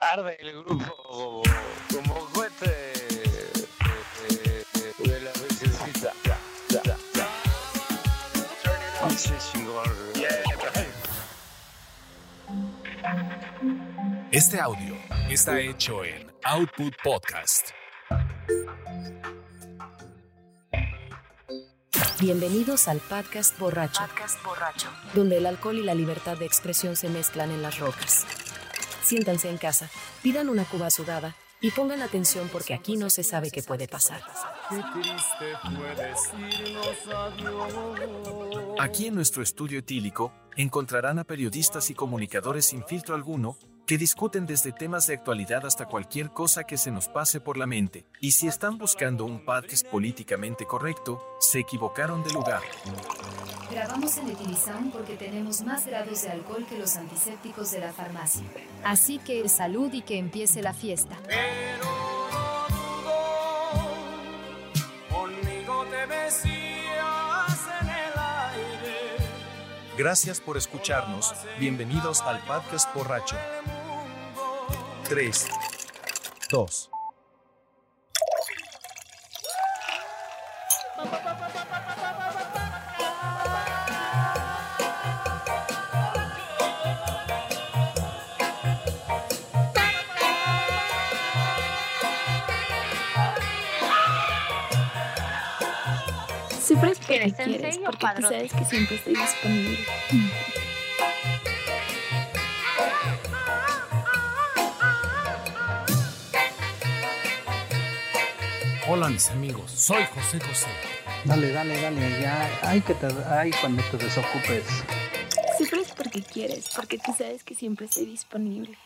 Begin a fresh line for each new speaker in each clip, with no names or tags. Arde el grupo como, como cohete eh, eh, de la princesita. Ya, ya, ya. Dice chingón.
Este audio está hecho en Output Podcast.
Bienvenidos al podcast borracho. Donde el alcohol y la libertad de expresión se mezclan en las rocas. Siéntanse en casa, pidan una cuba sudada y pongan atención porque aquí no se sabe qué puede pasar.
Aquí en nuestro estudio etílico encontrarán a periodistas y comunicadores sin filtro alguno que discuten desde temas de actualidad hasta cualquier cosa que se nos pase por la mente. Y si están buscando un podcast políticamente correcto, se equivocaron de lugar.
Grabamos en Etilizán porque tenemos más grados de alcohol que los antisépticos de la farmacia. Así que salud y que empiece la fiesta.
Gracias por escucharnos. Bienvenidos al podcast borracho. 3, 2,
Sufres porque
¿Quieres sensei
quieres,
o
porque tú
padrote?
sabes que siempre estoy disponible.
Hola mis amigos, soy José José.
Dale, dale, dale, ya. Ay, que te, ay, cuando te desocupes.
Sufres porque quieres, porque tú sabes que siempre estoy disponible.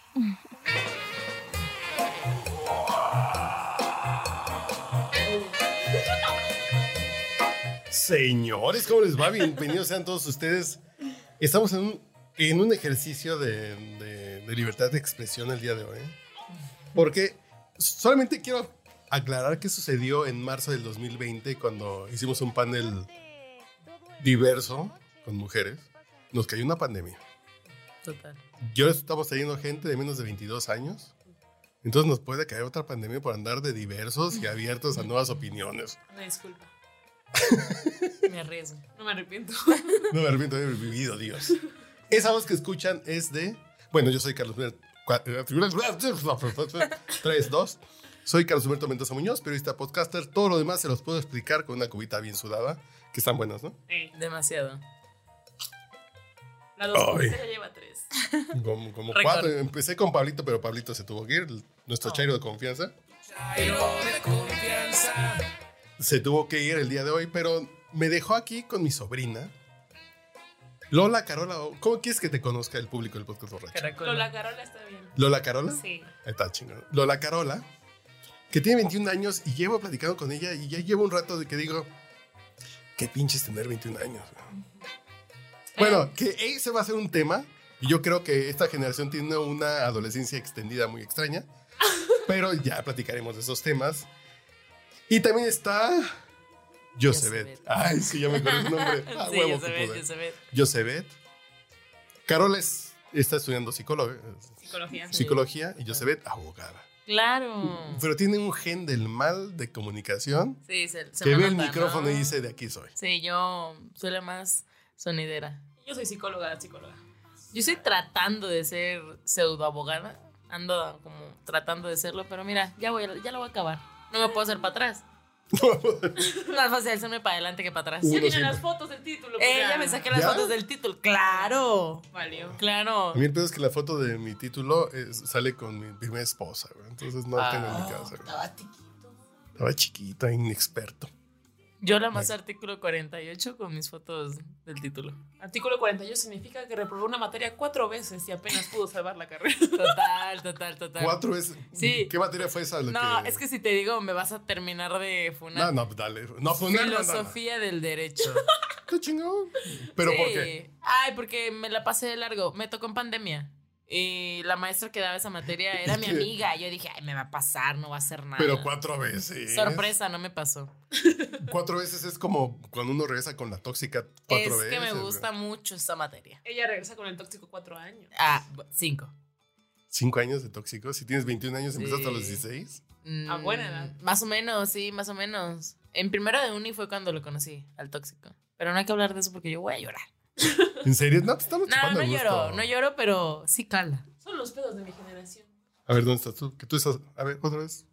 Señores, ¿cómo les va? Bienvenidos sean todos ustedes. Estamos en un, en un ejercicio de, de- de libertad de expresión el día de hoy. ¿eh? Porque solamente quiero aclarar qué sucedió en marzo del 2020 cuando hicimos un panel diverso con mujeres. Nos cayó una pandemia.
Total.
Yo estamos trayendo gente de menos de 22 años. Entonces nos puede caer otra pandemia por andar de diversos y abiertos a nuevas opiniones.
Una disculpa. Me arriesgo. No me arrepiento.
No me arrepiento de haber vivido, Dios. Esa voz que escuchan es de. Bueno, yo soy Carlos Humberto. 3, 2. Soy Carlos Humberto Mendoza Muñoz, periodista podcaster. Todo lo demás se los puedo explicar con una cubita bien sudada, que están buenas, ¿no?
Demasiado. La dos este
Ay.
ya lleva tres.
Como, como
Récord.
cuatro. Empecé con Pablito, pero Pablito se tuvo que ir. Nuestro chairo de confianza. Se tuvo que ir el día de hoy, pero me dejó aquí con mi sobrina. Lola Carola, ¿cómo quieres que te conozca el público del podcast borracho?
Pero la Carola está bien.
Lola Carola.
Sí.
Ahí Está chingón. Lola Carola, que tiene 21 años y llevo platicando con ella y ya llevo un rato de que digo, qué pinches tener 21 años. güey".
Eh.
Bueno, que ese va a ser un tema y yo creo que esta generación tiene una adolescencia extendida muy extraña, pero ya platicaremos de esos temas. Y también está Josebet.
Josebet.
Ay, sí, ya me acuerdo el nombre. Ah,
sí,
huevo
ya se
que
ve,
pude.
ya se ve.
Josebet. Carola es- está estudiando psicóloga-
Psicología.
psicología y Josebet abogada.
Claro.
Pero tiene un gen del mal de comunicación
Sí, se, se
que
me
ve el
nota,
micrófono
¿no?
y dice de aquí soy.
Sí, yo soy la más sonidera. Yo soy psicóloga, psicóloga. Yo estoy tratando de ser pseudoabogada. Ando como tratando de serlo, pero mira, ya voy, a- ya lo voy a acabar. No me puedo hacer para atrás. Más fácil hacerme para adelante que para atrás.
Uno siempre.
fotos del título.
Eh, ya me saqué las
Uh, ¿Ya?
fotos del título. Claro.
Valió.
Claro.
A mí el pedo es que la foto de mi título es- sale con mi primera esposa, güey. Entonces no tengo
Ah.
en mi casa. güey. Estaba chiquita, inexperto.
Yo la más artículo 48 con mis fotos del título.
Artículo 48 significa que reprobó una materia cuatro veces y apenas pudo salvar la carrera.
Total, total, total.
Cuatro veces.
Sí.
¿Qué materia fue esa? la
No, es que si te digo, me vas a terminar de
No,
funar.
no, dale. No fue una
Filosofía del derecho.
Está chingón. Pero
Sí.
¿por qué?
Ay, porque me la pasé de largo. Me tocó en pandemia. Y la maestra que daba esa materia era mi
¿Qué?
amiga. Yo dije, ay, me va a pasar, no va a hacer nada.
Pero cuatro veces.
Ah. Sorpresa, no me pasó.
Cuatro veces es como cuando uno regresa con la tóxica cuatro
es
veces.
que me
güey.
gusta mucho esta materia.
Ella regresa con el tóxico cuatro años.
Ah, bu- cinco.
¿Cinco años de tóxico? Si tienes 21 años, empezaste a los
Sí.
16.
A buena edad.
Mm, Más o menos, sí, más o menos. En primero de uni fue cuando lo conocí, al tóxico. Pero no hay que hablar de eso porque yo voy a llorar.
¿En serio? No, pues estamos
No,
chupando
no
a gusto.
lloro, no lloro, pero sí cala.
Son los pedos de mi generación.
A ver, ¿dónde estás tú? Que tú estás. A ver, otra vez.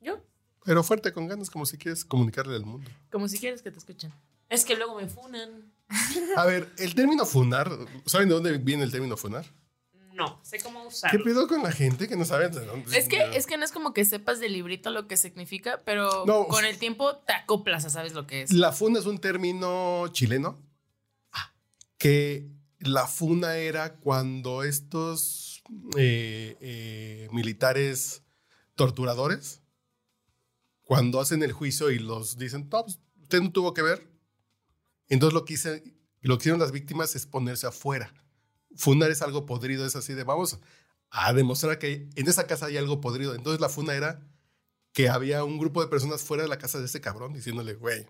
¿Yo?
Pero fuerte, con ganas, como si quieres comunicarle al mundo.
Como si quieres que te escuchen.
Es que luego me funan.
A ver, el término funar, ¿saben de dónde viene el término funar?
No, sé cómo
¿Qué
usarlo.
pedo con la gente que no sabe de dónde?
Es que, es que no es como que sepas de librito lo que significa, pero
No.
con el tiempo te acoplas a sabes lo que es.
La funa es un término chileno que la funa era cuando estos eh, eh, militares torturadores, cuando hacen el juicio y los dicen, no, pues, usted no tuvo que ver. Entonces lo que, hice- lo que hicieron las víctimas es ponerse afuera. Funar es algo podrido, es así de vamos a demostrar que en esa casa hay algo podrido. Entonces la funa era que había un grupo de personas fuera de la casa de este cabrón diciéndole, güey,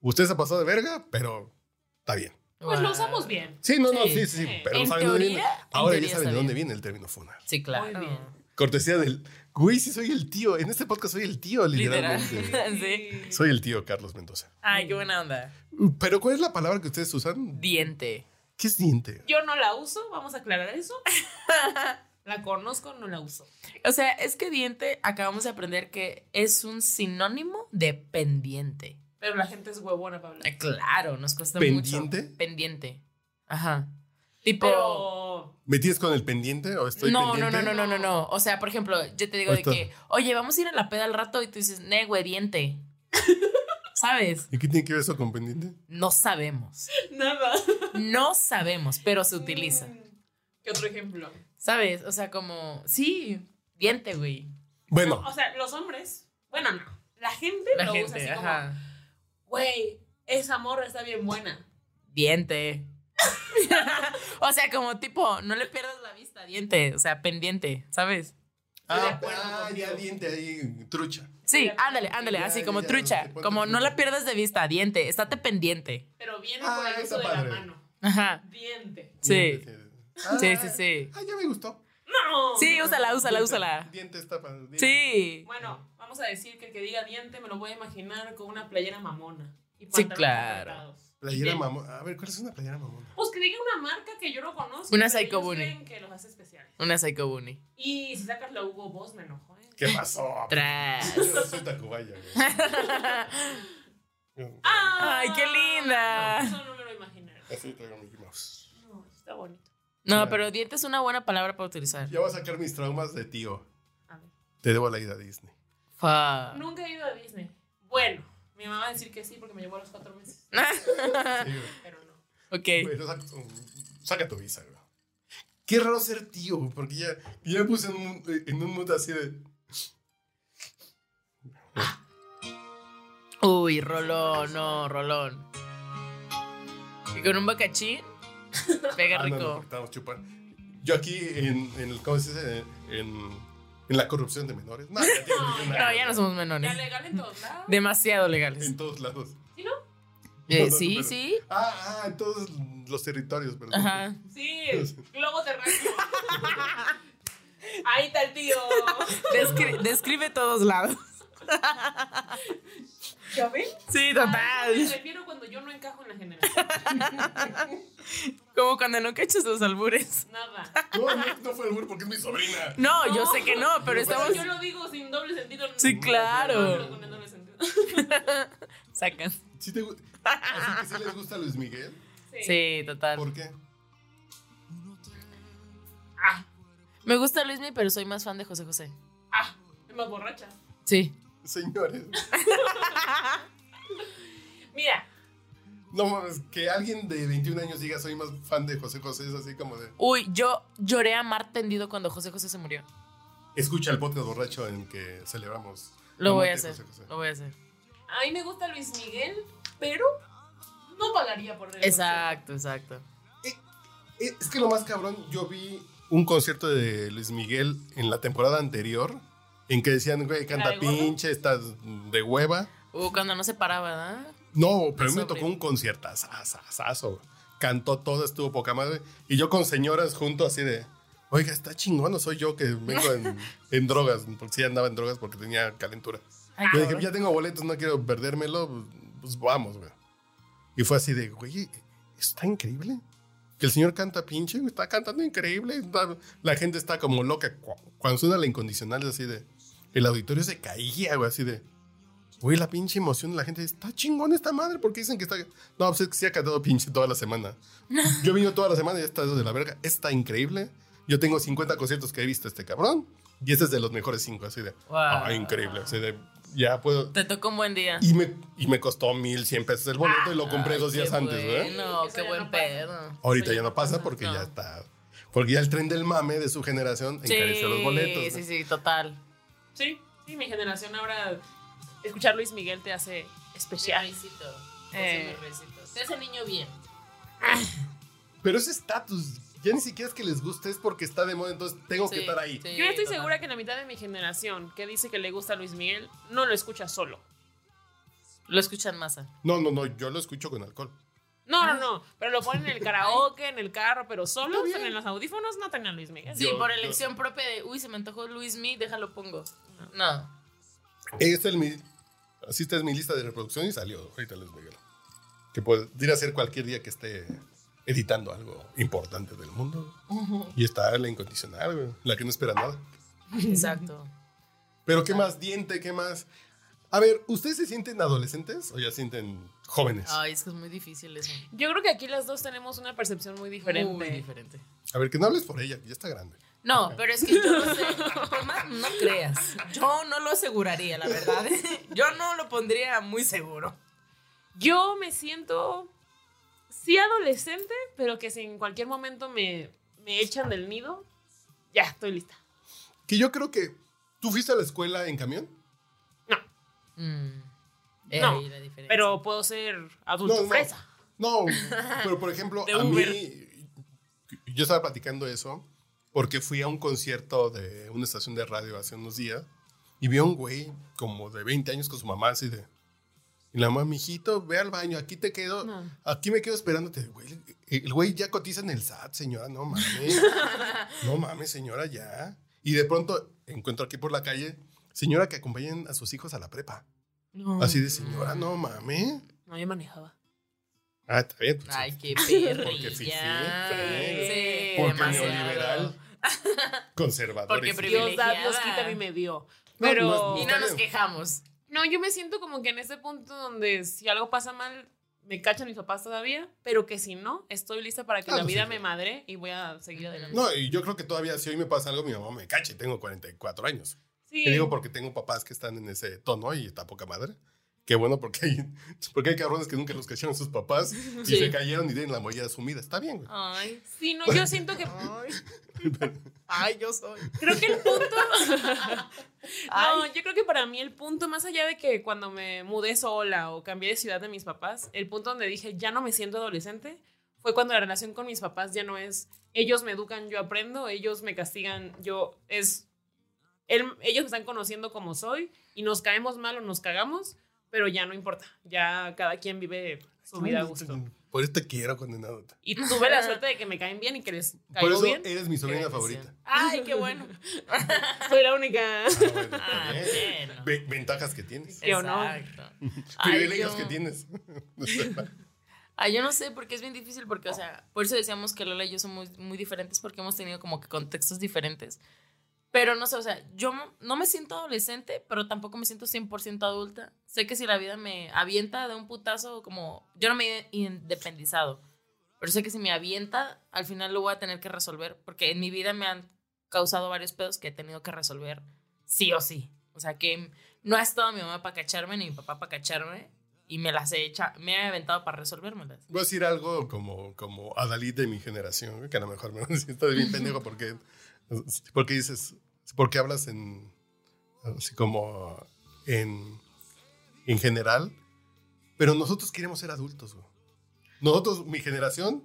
usted se pasó de verga, pero está bien.
Pues lo usamos bien.
Sí, no, no, sí, sí, sí,
Sí.
pero no
En
saben de dónde viene.
teoría, en
Ahora ya
teoría
saben de
está
dónde
bien.
viene el término funar.
Sí, claro.
Muy bien.
Cortesía del, güey, sí soy el tío, en este podcast soy el tío,
Literal.
literalmente.
sí.
soy el tío Carlos Mendoza.
Ay, qué buena onda.
Pero ¿cuál es la palabra que ustedes usan?
Diente.
¿Qué es diente?
Yo no la uso, vamos a aclarar eso. La conozco, no la uso.
O sea, es que diente acabamos de aprender que es un sinónimo de pendiente.
Pero la gente es huevona para hablar.
Eh, Claro, nos cuesta
¿Pendiente?
mucho. Pendiente. Ajá. Tipo.
Pero
¿Me tienes con el pendiente o estoy
no, no,
pendiente?
no, no, no, no, no. O sea, por ejemplo, yo te digo de
Ahorita.
que, oye, vamos a ir a la peda al rato y tú dices, ne, güey, diente. ¿Sabes?
¿Y qué tiene que ver eso con pendiente?
No sabemos.
nada.
No sabemos, pero se utiliza.
¿Qué otro ejemplo?
¿Sabes? O sea, como, sí, diente, güey.
Bueno,
O sea, los hombres, bueno, no. La gente
La
lo usa así
gente, ajá.
como, güey, esa morra está bien buena.
Diente. o sea, como tipo, no le pierdas la vista, diente. O sea, pendiente, ¿sabes?
de
ah,
acuerdo
ah, ya diente ahí, trucha.
Sí,
Ya,
ándale, ándale,
ya,
así
ya,
como
ya,
trucha.
ponte, ponte
Como no
trucha.
la pierdas de vista, diente, estate pendiente.
Pero viene
Ah,
por el
está
uso de
padre.
la mano.
Ajá.
Diente.
Sí.
Ah,
Sí, sí, sí.
Ah, ya me gustó.
No.
Sí, úsala, úsala,
Diente-
úsala.
Diente está para
Sí.
Bueno, vamos a decir que el que diga diente me lo voy a imaginar con una playera mamona. Y
Sí,
pantalones
claro.
apretados.
Playera
Bien.
mamona. A ver, ¿cuál es una playera mamona?
Pues que diga una marca que yo no conozco. pero
Una
ellos
Psycho Bunny.
creen que los hace especiales.
Una Psycho Bunny.
Y si sacas la Hugo Boss, me enojo, ¿eh?
¿Qué pasó?
Tras.
Yo no soy Tacubaya, güey.
Ay, qué linda.
No, eso no me lo imaginaré.
Así traigo Mickey Mouse.
No, está bonito.
No, pero diente es una buena palabra para utilizar.
Ya voy a sacar mis traumas de tío.
A ver.
Te debo la ida a Disney.
Fuck.
Nunca he ido a Disney. Bueno, mi mamá va a decir que sí porque me llevó a los cuatro meses.
Sí, güey.
Pero no.
Ok.
Güey, no saca, saca tu visa, güey. Qué raro ser tío, güey, porque ya, ya me puse en un, en un mood así de.
Uy, rolón, no, rolón. Y con un bacachín, pega
Ah, no, no,
rico.
porque estábamos chupando. Yo aquí en, en el. ¿Cómo se dice? En, en la corrupción de menores. No, ya, tienes que-
No, ya no somos menores.
Ya legal en todos lados.
Demasiado legales.
En todos lados.
¿Sí, no?
Eh,
Eh, No, no,
sí,
pero-
sí.
Ah, ah, en todos los territorios, perdón.
Ajá.
Sí, globo terráqueo. Ahí está el tío.
Descri- describe todos lados.
¿Ya ven?
Sí,
A eso Me
total.
refiero cuando yo no encajo en la generación.
Como cuando no cachas los albures.
Nada.
No, no, no fue el burro porque es mi sobrina.
No, yo
No.
sé que no, pero estamos.
Yo lo digo sin doble sentido.
Sí,
No, pero
claro.
con el doble sentido.
Sacan.
¿Sí te gu- Así que sí les gusta Luis Miguel.
Sí, total.
¿Por qué?
Ah,
Me gusta Luis Miguel, pero soy más fan de José José.
ah, es más borracha.
Sí.
Señores.
Mira,
No mames, que alguien de 21 años diga soy más fan de José José es así como de.
Uy, yo lloré a mar tendido cuando José José se murió.
Escucha el podcast borracho en que celebramos. la
Lo voy a
muerte de
hacer.
José José.
Lo voy a hacer.
a mí me gusta Luis Miguel, pero no pagaría por él.
Exacto, exacto.
Eh, Es que lo más cabrón, yo vi un concierto de Luis Miguel en la temporada anterior en que decían, güey,
de
canta
gordo?
pinche, estás de hueva.
Uh, cuando no se paraba, ¿verdad?
No, pero a mí me
Sobre.
tocó un conciertazo. Cantó todo, estuvo poca madre. Y yo con señoras junto así de... Oiga, está chingón, no soy yo que vengo en, en drogas, porque sí andaba en drogas porque tenía calentura.
Ay,
Yo
cabrón.
dije, ya tengo boletos, no quiero perdérmelo, pues, pues vamos, güey. Y fue así de, güey, está increíble. Que el señor canta pinche, está cantando increíble. está- la gente está como loca. Cu- Cuando suena la incondicional, es así de. El auditorio se caía, güey, así de. Güey, la pinche emoción de la gente. Está chingón esta madre, porque dicen que está. No, pues es que sí ha cantado pinche toda la semana. Yo he venido toda la semana y está de la verga. Está increíble. Yo tengo 50 conciertos que he visto este cabrón. Y este es de los mejores 5, así de.
Wow.
Ah, increíble. Así de. Ya puedo.
Te tocó un buen día.
Y me, y me costó 1100 pesos el boleto y
Ah,
lo compré dos días antes, ¿verdad?
No, qué buen pedo.
Ahorita ya no pasa porque ya está. Porque ya el tren del mame de su generación encareció los boletos.
Sí,
¿no?
sí, sí, total.
Sí, sí, mi generación ahora escuchar Luis Miguel te hace especial.
Eh.
Te hace niño bien.
Pero ese estatus, ya ni siquiera es que les guste, es porque está de moda, entonces tengo que estar ahí.
Yo estoy segura que la mitad de mi generación que dice que le gusta Luis Miguel no lo escucha solo.
Lo escuchan masa.
No, no, no, yo lo escucho con alcohol.
No, no, no. Pero lo ponen en el karaoke, en el carro, pero solo en los audífonos no tenían Luis Miguel.
Sí, por elección propia de, uy, se me antojó Luis Mi, déjalo pongo. No.
Esta es mi, así esta es mi lista de reproducción y salió. Ahorita les Miguel. Que podría ser cualquier día que esté editando algo importante del mundo. Y está la incondicional, güey, la que no espera nada.
Exacto.
Pero qué más diente, qué más. A ver, ¿ustedes se sienten adolescentes o ya se sienten jóvenes?
Ay, es que es muy difícil eso.
Yo creo que aquí las dos tenemos una percepción muy diferente.
Muy diferente.
A ver, que no hables por ella, que ya está grande.
No, pero es que yo no sé. Tomás, no creas. Yo no lo aseguraría, la verdad. Yo no lo pondría muy seguro.
Yo me siento, sí, adolescente, pero que si en cualquier momento me, me echan del nido, ya estoy lista.
Que yo creo que tú fuiste a la escuela en camión.
Eh,
Mm. no,
y la diferencia.
pero puedo ser adulto
No, no.
fresa.
No, pero por ejemplo,
De
a
Uber.
mí, yo estaba platicando eso porque fui a un concierto de una estación de radio hace unos días y vi a un güey como de 20 años con su mamá así de... Y la mamá, mijito, ve al baño, aquí te quedo, aquí me quedo esperándote. Güey, el güey ya cotiza en el SAT, señora, no mames. no mames, señora, ya. Y de pronto encuentro aquí por la calle, señora que acompañen a sus hijos a la prepa.
No.
Así de, señora, no mames.
No, yo manejaba.
Ah, está bien. pues,
Ay, qué
Porque sí, sí,
perrilla.
sí.
Sí,
Porque
demasiado.
neoliberal. Conservador.
Porque
y sí.
Dios da,
Privilegiada.
Dios quita y me dio.
No,
Pero
no es-
Y no nos quejamos.
No, yo me siento como que en ese punto donde si algo pasa mal, me cachan mis papás todavía, pero que si no, estoy lista para que
Ah,
la
no,
vida
sí,
me
sí.
madre y voy a seguir adelante.
No, y yo creo que todavía si hoy me pasa algo, mi mamá me cache. Tengo 44 años.
Sí.
Te digo porque tengo papás que están en ese tono y está poca madre. Qué bueno porque hay, porque hay cabrones que nunca los cacharon sus papás y
Sí.
se cayeron y tienen la mollera sumida. Está bien, güey.
Ay,
Sí, no, yo siento que
ay, yo soy.
creo que el punto No, yo creo que para mí el punto más allá de que cuando me mudé sola o cambié de ciudad de mis papás, el punto donde dije ya no me siento adolescente fue cuando la relación con mis papás ya no es ellos me educan, yo aprendo, ellos me castigan, yo es él- ellos me están conociendo como soy y nos caemos mal o nos cagamos, pero ya no importa, ya cada quien vive su vida a gusto.
Por eso te quiero, condenado.
Y tuve la suerte de que me caen bien y que les
Por
caigo
eso eh.
bien.
eres mi sobrina
bendición.
favorita.
Ay, qué bueno.
Soy la única.
Ah, bueno, está
Ah,
bien.
bueno.
Ve- Ventajas que tienes.
¿Sí o no?
Exacto. Ay,
Privilegios
yo-
que tienes.
Ay, Ah, yo no sé, porque es bien difícil, porque, o sea, por eso decíamos que Lola y yo somos muy diferentes, porque hemos tenido como que contextos diferentes. Pero no sé, o sea, yo mo- no me siento adolescente, pero tampoco me siento 100% adulta. Sé que si la vida me avienta de un putazo, como yo no me he independizado, pero sé que si me avienta, al final lo voy a tener que resolver, porque en mi vida me han causado varios pedos que he tenido que resolver sí o sí. O sea, que no ha estado mi mamá para cacharme ni mi papá para cacharme y me las he hecha, me he aventado para resolvérmelas.
Voy a decir algo como, como Adalid de mi generación, güey, que a lo mejor me siento bien pendejo porque, porque dices, porque hablas en, así como en, en general, pero nosotros queremos ser adultos. güey. Nosotros, mi generación,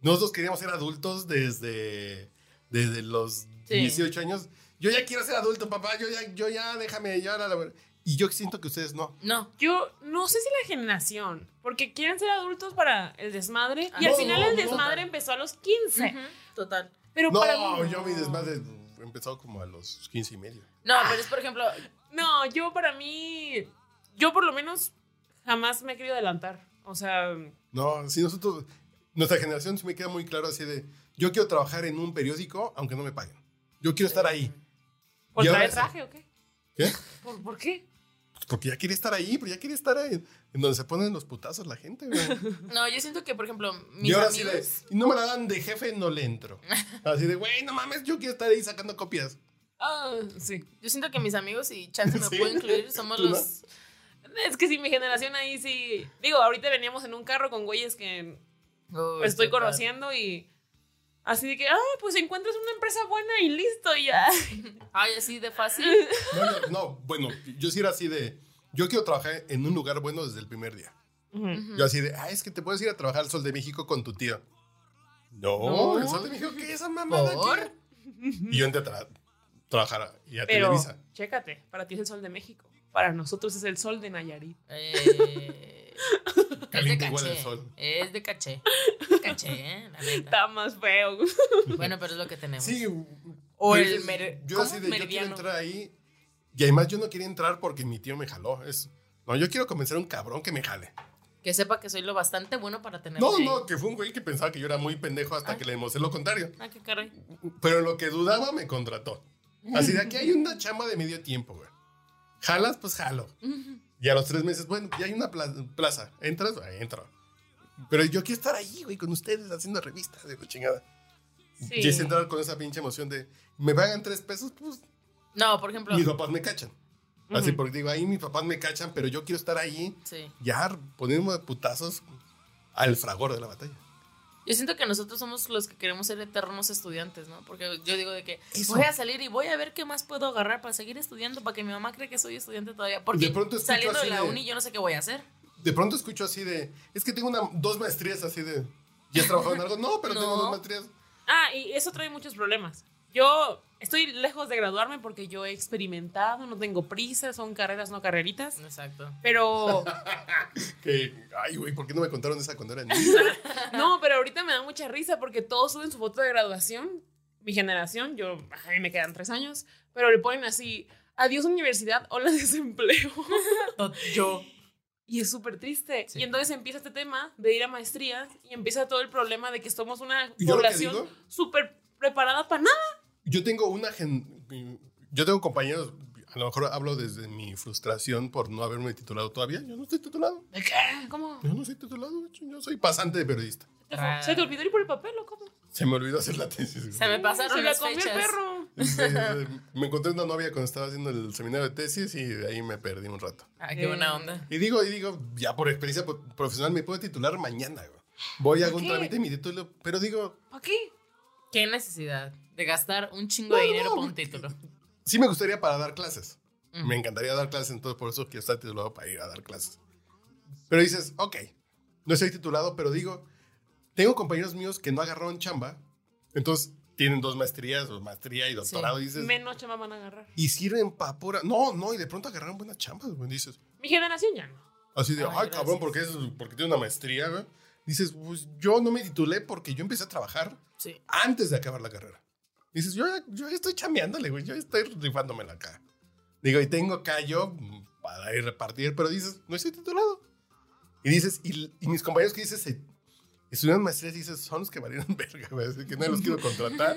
nosotros queríamos ser adultos desde, desde los
Sí.
18 años. Yo ya quiero ser adulto, papá, yo ya, yo ya, déjame, ya, la- la- y yo siento que ustedes no.
No.
Yo no sé si la generación, porque quieren ser adultos para el desmadre y
No,
al final
no,
el
no.
desmadre empezó a los 15.
Total.
Pero Pero
no,
para mí-
yo mi desmadre empezó como a los 15 y medio.
No, pero es por ejemplo. No, yo para mí. Yo por lo menos jamás me he querido adelantar. O sea.
No, si nosotros, nuestra generación se me queda muy claro así de, yo quiero trabajar en un periódico aunque no me paguen. Yo quiero estar ahí.
¿Por
Y ahora
traer
es-
traje o qué?
¿Qué?
¿Por, por qué?
Porque ya quiere estar ahí, pero ya quiere estar ahí, en donde se ponen los putazos la gente, güey.
No, yo siento que, por ejemplo, mis
Y ahora sí de,
amigos.
"Y no me la dan de jefe, no le entro. Así de, güey, no mames, yo quiero estar ahí sacando copias.
Ah, sí. Yo siento que mis amigos, y chance me
Sí.
puedo incluir, somos
¿Tú no?
los.
Es que si mi generación ahí sí. Digo, ahorita veníamos en un carro con güeyes que estoy
total.
conociendo y. Así de que, ah, pues encuentras una empresa buena y listo, y ya.
Ay, así de fácil.
No, no, no, bueno, yo sí era así de, yo quiero trabajar en un lugar bueno desde el primer día. Yo así de, ah, es que te puedes ir a trabajar al Sol de México con tu tío. No, el Sol de México, ¿qué es esa mamada? ¿Por? Y yo entré a tra- trabajar a- y a
Pero,
Televisa.
chécate, para ti es el sol de México. Para nosotros es el sol de Nayarit.
Caliente
Eh, caché.
igual el sol.
Es de caché. Es caché, ¿eh? la neta.
Está más feo.
Bueno, pero es lo que tenemos.
Sí.
O
yo-
el mer-
Yo
¿cómo?
así de, yo quiero
Meridiano.
entrar ahí. Y además yo no quería entrar porque mi tío me jaló. Es, no, yo quiero convencer a un cabrón que me jale.
Que sepa que soy lo bastante bueno para tener.
No, no, que fue un güey que pensaba que yo era muy pendejo hasta que le demostré lo contrario.
Ah, qué caray.
Pero en lo que dudaba me contrató. Así de aquí hay una chamba de medio tiempo, güey. Jalas, pues jalo. Y a los tres meses, bueno, ya hay una pla- plaza. ¿Entras? Ah, entro. Pero yo quiero estar ahí, güey, con ustedes haciendo revistas de la chingada. Y es entrar con esa pinche emoción de, me pagan tres pesos, pues
No, por ejemplo.
mis papás me cachan. Así
Ujú.
porque digo, ahí mis papás me cachan, pero yo quiero estar ahí,
Sí.
ya poniéndome de putazos al fragor de la batalla.
Yo siento que nosotros somos los que queremos ser eternos estudiantes, ¿no? Porque yo digo de que
Eso.
voy a salir y voy a ver qué más puedo agarrar para seguir estudiando, para que mi mamá cree que soy estudiante todavía. Porque
De pronto escucho
saliendo de
así
la
de-
uni yo no sé qué voy a hacer.
De pronto escucho así de, es que tengo una, dos maestrías así de, ¿ya has trabajado en algo? No, pero tengo dos maestrías.
Ah, y eso trae muchos problemas. Yo estoy lejos de graduarme porque yo he experimentado, no tengo prisa, son carreras, no carreritas.
Exacto.
Pero,
Que, ay, güey, ¿por qué no me contaron esa cuando era niño?
no, pero ahorita me da mucha risa porque todos suben su foto de graduación. Mi generación, yo, a mí me quedan tres años, pero le ponen así, adiós universidad, hola desempleo.
Yo.
Y es súper triste. Y entonces empieza este tema de ir a maestrías y empieza todo el problema de que somos una
¿Y yo lo que
población
digo?
súper preparada para nada.
Yo tengo una gen- yo tengo compañeros, a lo mejor hablo desde mi frustración por no haberme titulado todavía. Yo no estoy titulado.
¿De qué? ¿Cómo?
Yo no soy titulado, de hecho, yo soy pasante de periodista.
¿Te fue- ¿Se te olvidó ir por el papel o cómo?
Se me olvidó hacer la tesis. güey.
Se me pasaron
Se la
las
comió el
fechas.
perro.
Eh, me encontré una novia cuando estaba haciendo el seminario de tesis y de ahí me perdí un rato.
Ah, qué buena onda.
Y digo, y digo, ya por experiencia po- profesional me puedo titular mañana, güey. Voy, hago un
qué?
trámite y mi título, pero digo,
¿Para qué?
¿Qué necesidad de gastar un chingo de
No,
dinero
no,
por un título?
sí me gustaría para dar clases. Me encantaría dar clases, entonces por eso quiero estar titulado para ir a dar clases. Pero dices, ok, no estoy titulado, pero digo, tengo compañeros míos que no agarraron chamba, entonces tienen dos maestrías, o maestría y doctorado, y dices,
Menos chama van a agarrar.
y sirven para pura. No, no, y de pronto agarraron buenas chambas, güey. Dices,
Mi generación ya no.
Así de, ay, cabrón, porque, es, porque tiene una maestría, güey. Dices, pues yo no me titulé porque yo empecé a trabajar
Sí.
antes de acabar la carrera. Dices, yo, ya- yo ya estoy chameándole, güey, yo ya estoy rifándomela acá. Digo, y tengo acá yo mm, para ir a repartir, pero dices, no estoy titulado. Y dices, y, y mis compañeros que dices, se- estudiaron maestrías, dices, son los que valieron verga, güey, así que no los quiero contratar.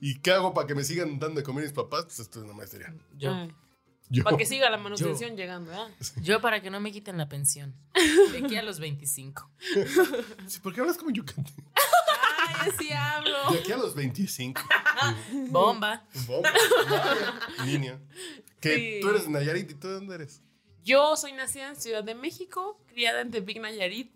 ¿Y qué hago para que me sigan dando de comer mis papás? Pues estudio una maestría.
Yo.
Yo.
Para que siga la manutención llegando, ¿eh?
Yo para que no me quiten la pensión. De aquí a los 25.
Sí, ¿Por qué hablas como yucateco?
Ay, así hablo.
De aquí a los 25.
Bomba.
Bomba. Niño. Que
Sí.
tú eres de Nayarit y tú de dónde eres.
Yo soy nacida en Ciudad de México, criada en Tepic, Nayarit.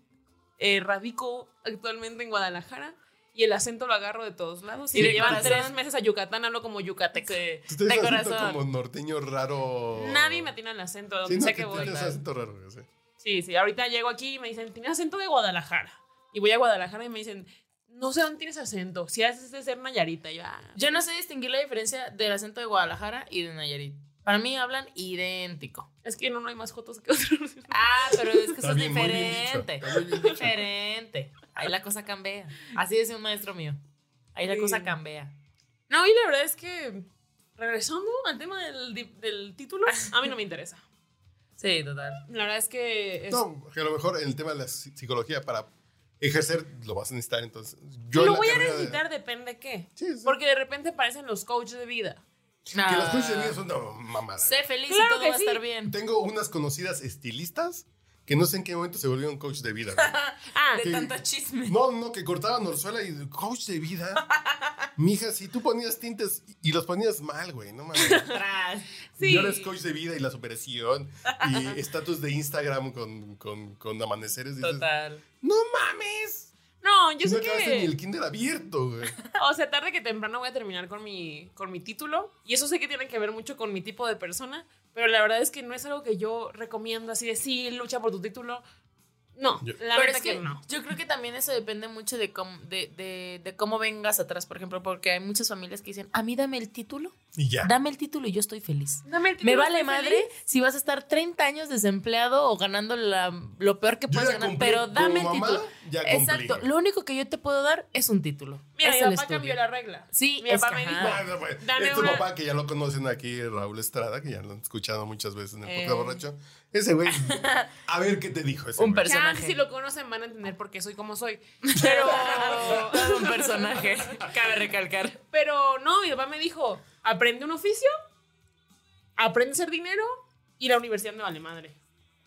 eh, radico actualmente en Guadalajara. Y el acento lo agarro de todos lados.
Sí,
y me
de
llevan
corazón.
tres meses a Yucatán, hablo como yucateco.
Tú
De
tienes acento
corazón.
como norteño raro.
Nadie me tiene el acento,
Sí,
donde
no,
sea
que
que
tú
voy.
tienes acento raro. güey, sí.
Sí, sí, ahorita llego aquí y me dicen, tienes acento de Guadalajara. Y voy a Guadalajara y me dicen, no sé dónde tienes acento, si haces de ser Nayarita. Y yo, "Ah".
Yo no sé distinguir la diferencia del acento de Guadalajara y de Nayarit. Para mí hablan idéntico.
es que en uno hay más jotos que otro.
Ah, pero es que
Está
eso es
bien, muy bien dicho,
diferente.
está muy bien dicho.
Diferente. Ahí la cosa cambia. Así decía un maestro mío. Ahí la
Sí.
cosa cambia.
No, y la verdad es que regresando al tema del, di- del título, a mí no me interesa.
Sí, total.
La verdad es que es-
No, que a lo mejor en el tema de la psi- psicología para ejercer lo vas a necesitar, entonces. Yo en
lo
la
voy a
carrera de-
necesitar depende qué. Porque de repente aparecen los coaches de vida.
Que las coaches de
Ah.
vida son una mamada.
Sé feliz y
Claro
todo
que
va
sí.
a estar bien.
Tengo unas conocidas estilistas que no sé en qué momento se volvieron coach de vida. güey.
Ah,
de
Que-
tanto chisme.
No, no, que cortaban orzuela y coach de vida. Mija, si tú ponías tintes y los ponías mal, güey, no mames.
Sí.
Yo eres coach de vida y la superación y estatus de Instagram con, con, con amaneceres. dices,
Total.
No mames.
No, yo
no
sé
acabaste ni el
que.
kinder abierto, güey.
O sea, tarde que temprano voy a terminar con mi, con mi título. Y eso sé que tiene que ver mucho con mi tipo de persona. Pero la verdad es que no es algo que yo recomiendo así de sí, lucha por tu título. No,
Yo-
la
Pero
verdad
es que,
que no.
yo creo que también eso depende mucho de cómo, de, de- de cómo vengas atrás, por ejemplo, porque hay muchas familias que dicen, a mí dame el título,
Y ya.
dame el título y yo estoy feliz.
Dame el
Me
título,
vale
estoy
madre
feliz.
si vas a estar 30 años desempleado o ganando la- lo peor que
Yo
puedes
ya
ganar,
cumplí.
pero dame el
Como mamá,
título.
ya cumplí.
Exacto, lo único que yo te puedo dar es un título.
Mira,
es
mi
el
papá
estudio.
cambió la regla.
Sí,
mi
es
papá
que
me
ajá.
dijo.
Bueno, pues,
Dame
es tu
una-
papá que ya lo conocen aquí, Raúl Estrada, que ya lo han escuchado muchas veces en el
Eh.
podcast borracho. Ese güey, a ver qué te dijo ese
Un
güey.
personaje.
Chance, si lo conocen van a entender por qué soy como soy. Pero,
Todo un personaje, cabe recalcar.
pero no, mi papá me dijo, aprende un oficio, aprende a hacer dinero y la universidad me vale madre.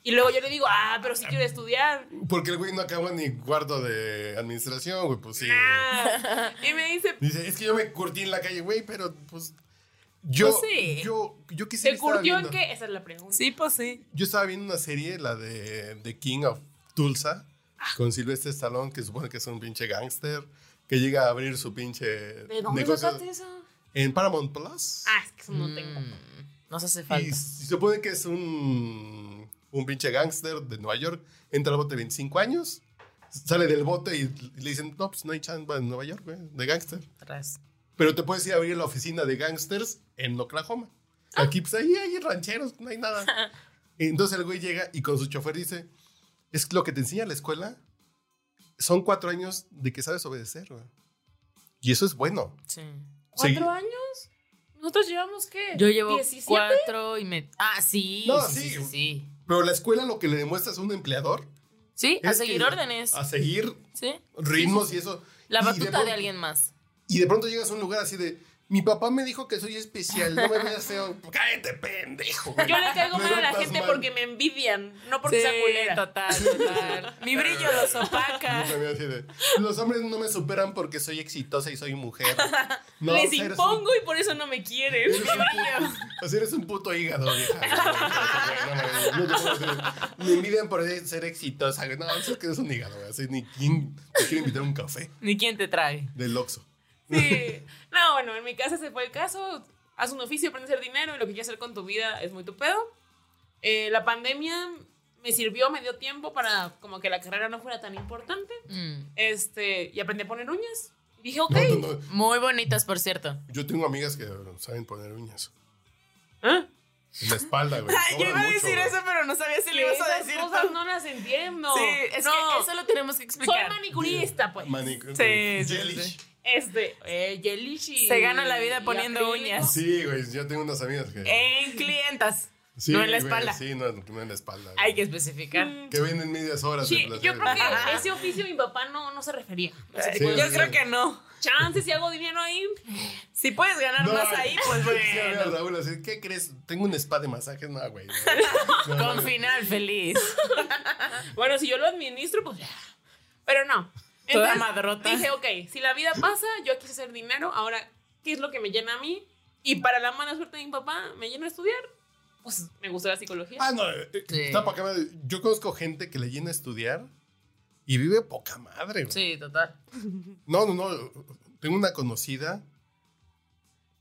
Y luego yo le digo, ah, pero sí quiero estudiar.
Porque el güey no acaba ni cuarto de administración, güey, pues sí.
Ah. Y me dice,
Dice, es que yo me curtí en la calle, güey, pero pues. Yo,
Pues sí.
yo, yo quisiera.
¿se
estaba
curtió en
viendo-
qué? Esa es la pregunta.
Sí, pues sí.
Yo estaba viendo una serie, la de The King of Tulsa,
Ah.
con Silvestre Stallone, que supone que es un pinche gángster, que llega a abrir su pinche.
¿De dónde
negocio
sacaste eso?
En Paramount Plus.
Ah, es que eso no tengo.
Mm. Nos hace
Y
falta.
se supone que es un, un pinche gángster de Nueva York. Entra al bote 25 años, sale del bote y le dicen, no, pues no hay chamba en Nueva York, güey, de gángster.
Atrás.
Pero te puedes ir a abrir la oficina de gángsters en Oklahoma.
Ah.
Aquí, pues ahí hay rancheros, no hay nada. Entonces el güey llega y con su chofer dice, es que lo que te enseña la escuela son cuatro años de que sabes obedecer, güey. Y eso es bueno.
Sí.
¿Cuatro
Segui-
años? ¿Nosotros llevamos qué?
Yo llevo
17.
cuatro y me... Ah, sí.
No,
sí,
sí.
sí, sí, sí.
Pero la escuela lo que le demuestras a un empleador
Sí, a
Es que-
seguir órdenes.
a seguir
Sí.
ritmos y eso.
La
Y
batuta de
pronto-
alguien más.
Y de pronto llegas a un lugar así de, mi papá me dijo que soy especial, no me veas feo. Cállate, pendejo. güey.
Yo le caigo
Me
mal a la
tratas
gente
mal.
porque me envidian, no porque sea culera.
total, total. Mi brillo los opaca.
Yo también así de, Los hombres no me superan porque soy exitosa y soy mujer. No,
Les
eres un-
impongo y por eso no me quieren.
eres un puto- O sea, eres un puto hígado, vieja. No, no, no, no, no, Me envidian por ser exitosa. güey. No, eso es que eres un hígado, güey. Así ni quién te quiere invitar a un café
Ni quién te trae.
del Oxxo.
Sí. No, bueno, en mi casa se fue el caso. Haz un oficio, aprende a hacer dinero y lo que quieras hacer con tu vida es muy tu pedo. Eh, la pandemia me sirvió, me dio tiempo para como que la carrera no fuera tan importante.
Mm.
Este, y aprendí a poner uñas. Y dije, ok.
No, no, no.
Muy bonitas, por cierto.
Yo tengo amigas que saben poner uñas.
¿Eh?
¿Ah?
En la espalda, güey. Cobran mucho, güey.
pero no sabía si
Que esas cosas no las entiendo.
Sí, es
no.
que eso lo tenemos que
soy
explicar.
manicurista, pues.
Manicure.
Sí, sí,
Gelish.
Este, eh, Yelishi.
Se gana la vida
y
poniendo
acrílico.
uñas.
Sí, güey, yo tengo unas amigas que...
En clientas.
sí,
Eh, no en la
güey,
espalda.
Sí, no, no en la espalda.
Hay que
güey.
especificar.
Que venden medias horas
Sí,
de placer.
yo creo
güey.
Ah.
que ese oficio mi papá no, no se refería.
Sí,
Yo
sí,
creo
sí.
que no.
Chance si hago dinero ahí.
Si puedes ganar
No.
más ahí, pues
Sí, a ver,
bueno.
Raúl, así, ¿qué crees? Tengo un spa de masajes, no, güey. No, no,
Con final feliz.
Bueno, si yo lo administro, pues ya. Pero no.
Toda
Entonces,
madrota.
Dije, ok, si la vida pasa, yo quise hacer dinero, ahora, ¿qué es lo que me llena a mí? Y para la mala suerte de mi papá, me llena estudiar. Pues me gustó la psicología.
Ah, no, eh,
Sí.
está pa' acá. Yo conozco gente que le llena a estudiar y vive poca madre, güey.
Sí, total.
No, no, no. Tengo una conocida.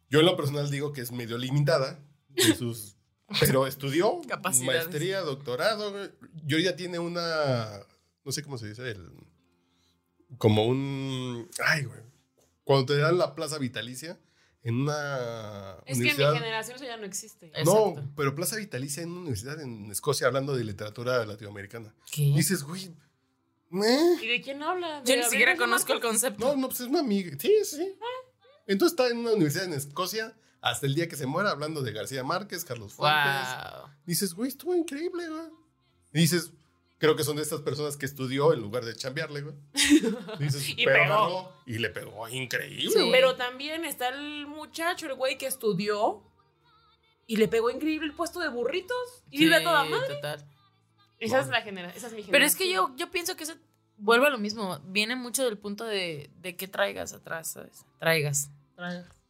Yo en lo personal digo que es medio limitada. en sus- pero estudió
Capacidades.
maestría, doctorado. güey. Y ahorita tiene una. No sé cómo se dice. el- como un. Ay, güey. Cuando te dan la plaza vitalicia en una.
es que en mi
universidad-
generación eso ya no existe.
No,
Exacto.
pero plaza vitalicia en una universidad en Escocia hablando de literatura latinoamericana.
¿Qué?
Dices, güey, ¿Eh?
¿Y de quién habla?
Yo ni siquiera conozco el concepto.
No, no, pues es una amiga. Sí, sí. Entonces está en una universidad en Escocia hasta el día que se muera hablando de García Márquez, Carlos Fuentes.
Wow.
Dices, güey, estuvo increíble, güey. Y dices, creo que son de estas personas que estudió en lugar de chambearle, güey. Dices,
Y
pero
pegó.
agarró y le pegó increíble.
Sí.
Pero también está el muchacho, el güey que estudió y le pegó increíble el puesto de burritos y vive a
Sí,
toda madre.
total.
Esa es la generación, esa es mi generación.
Pero es que yo, yo pienso que eso vuelve a lo mismo. Viene mucho del punto de, de qué traigas atrás, ¿sabes? Traigas.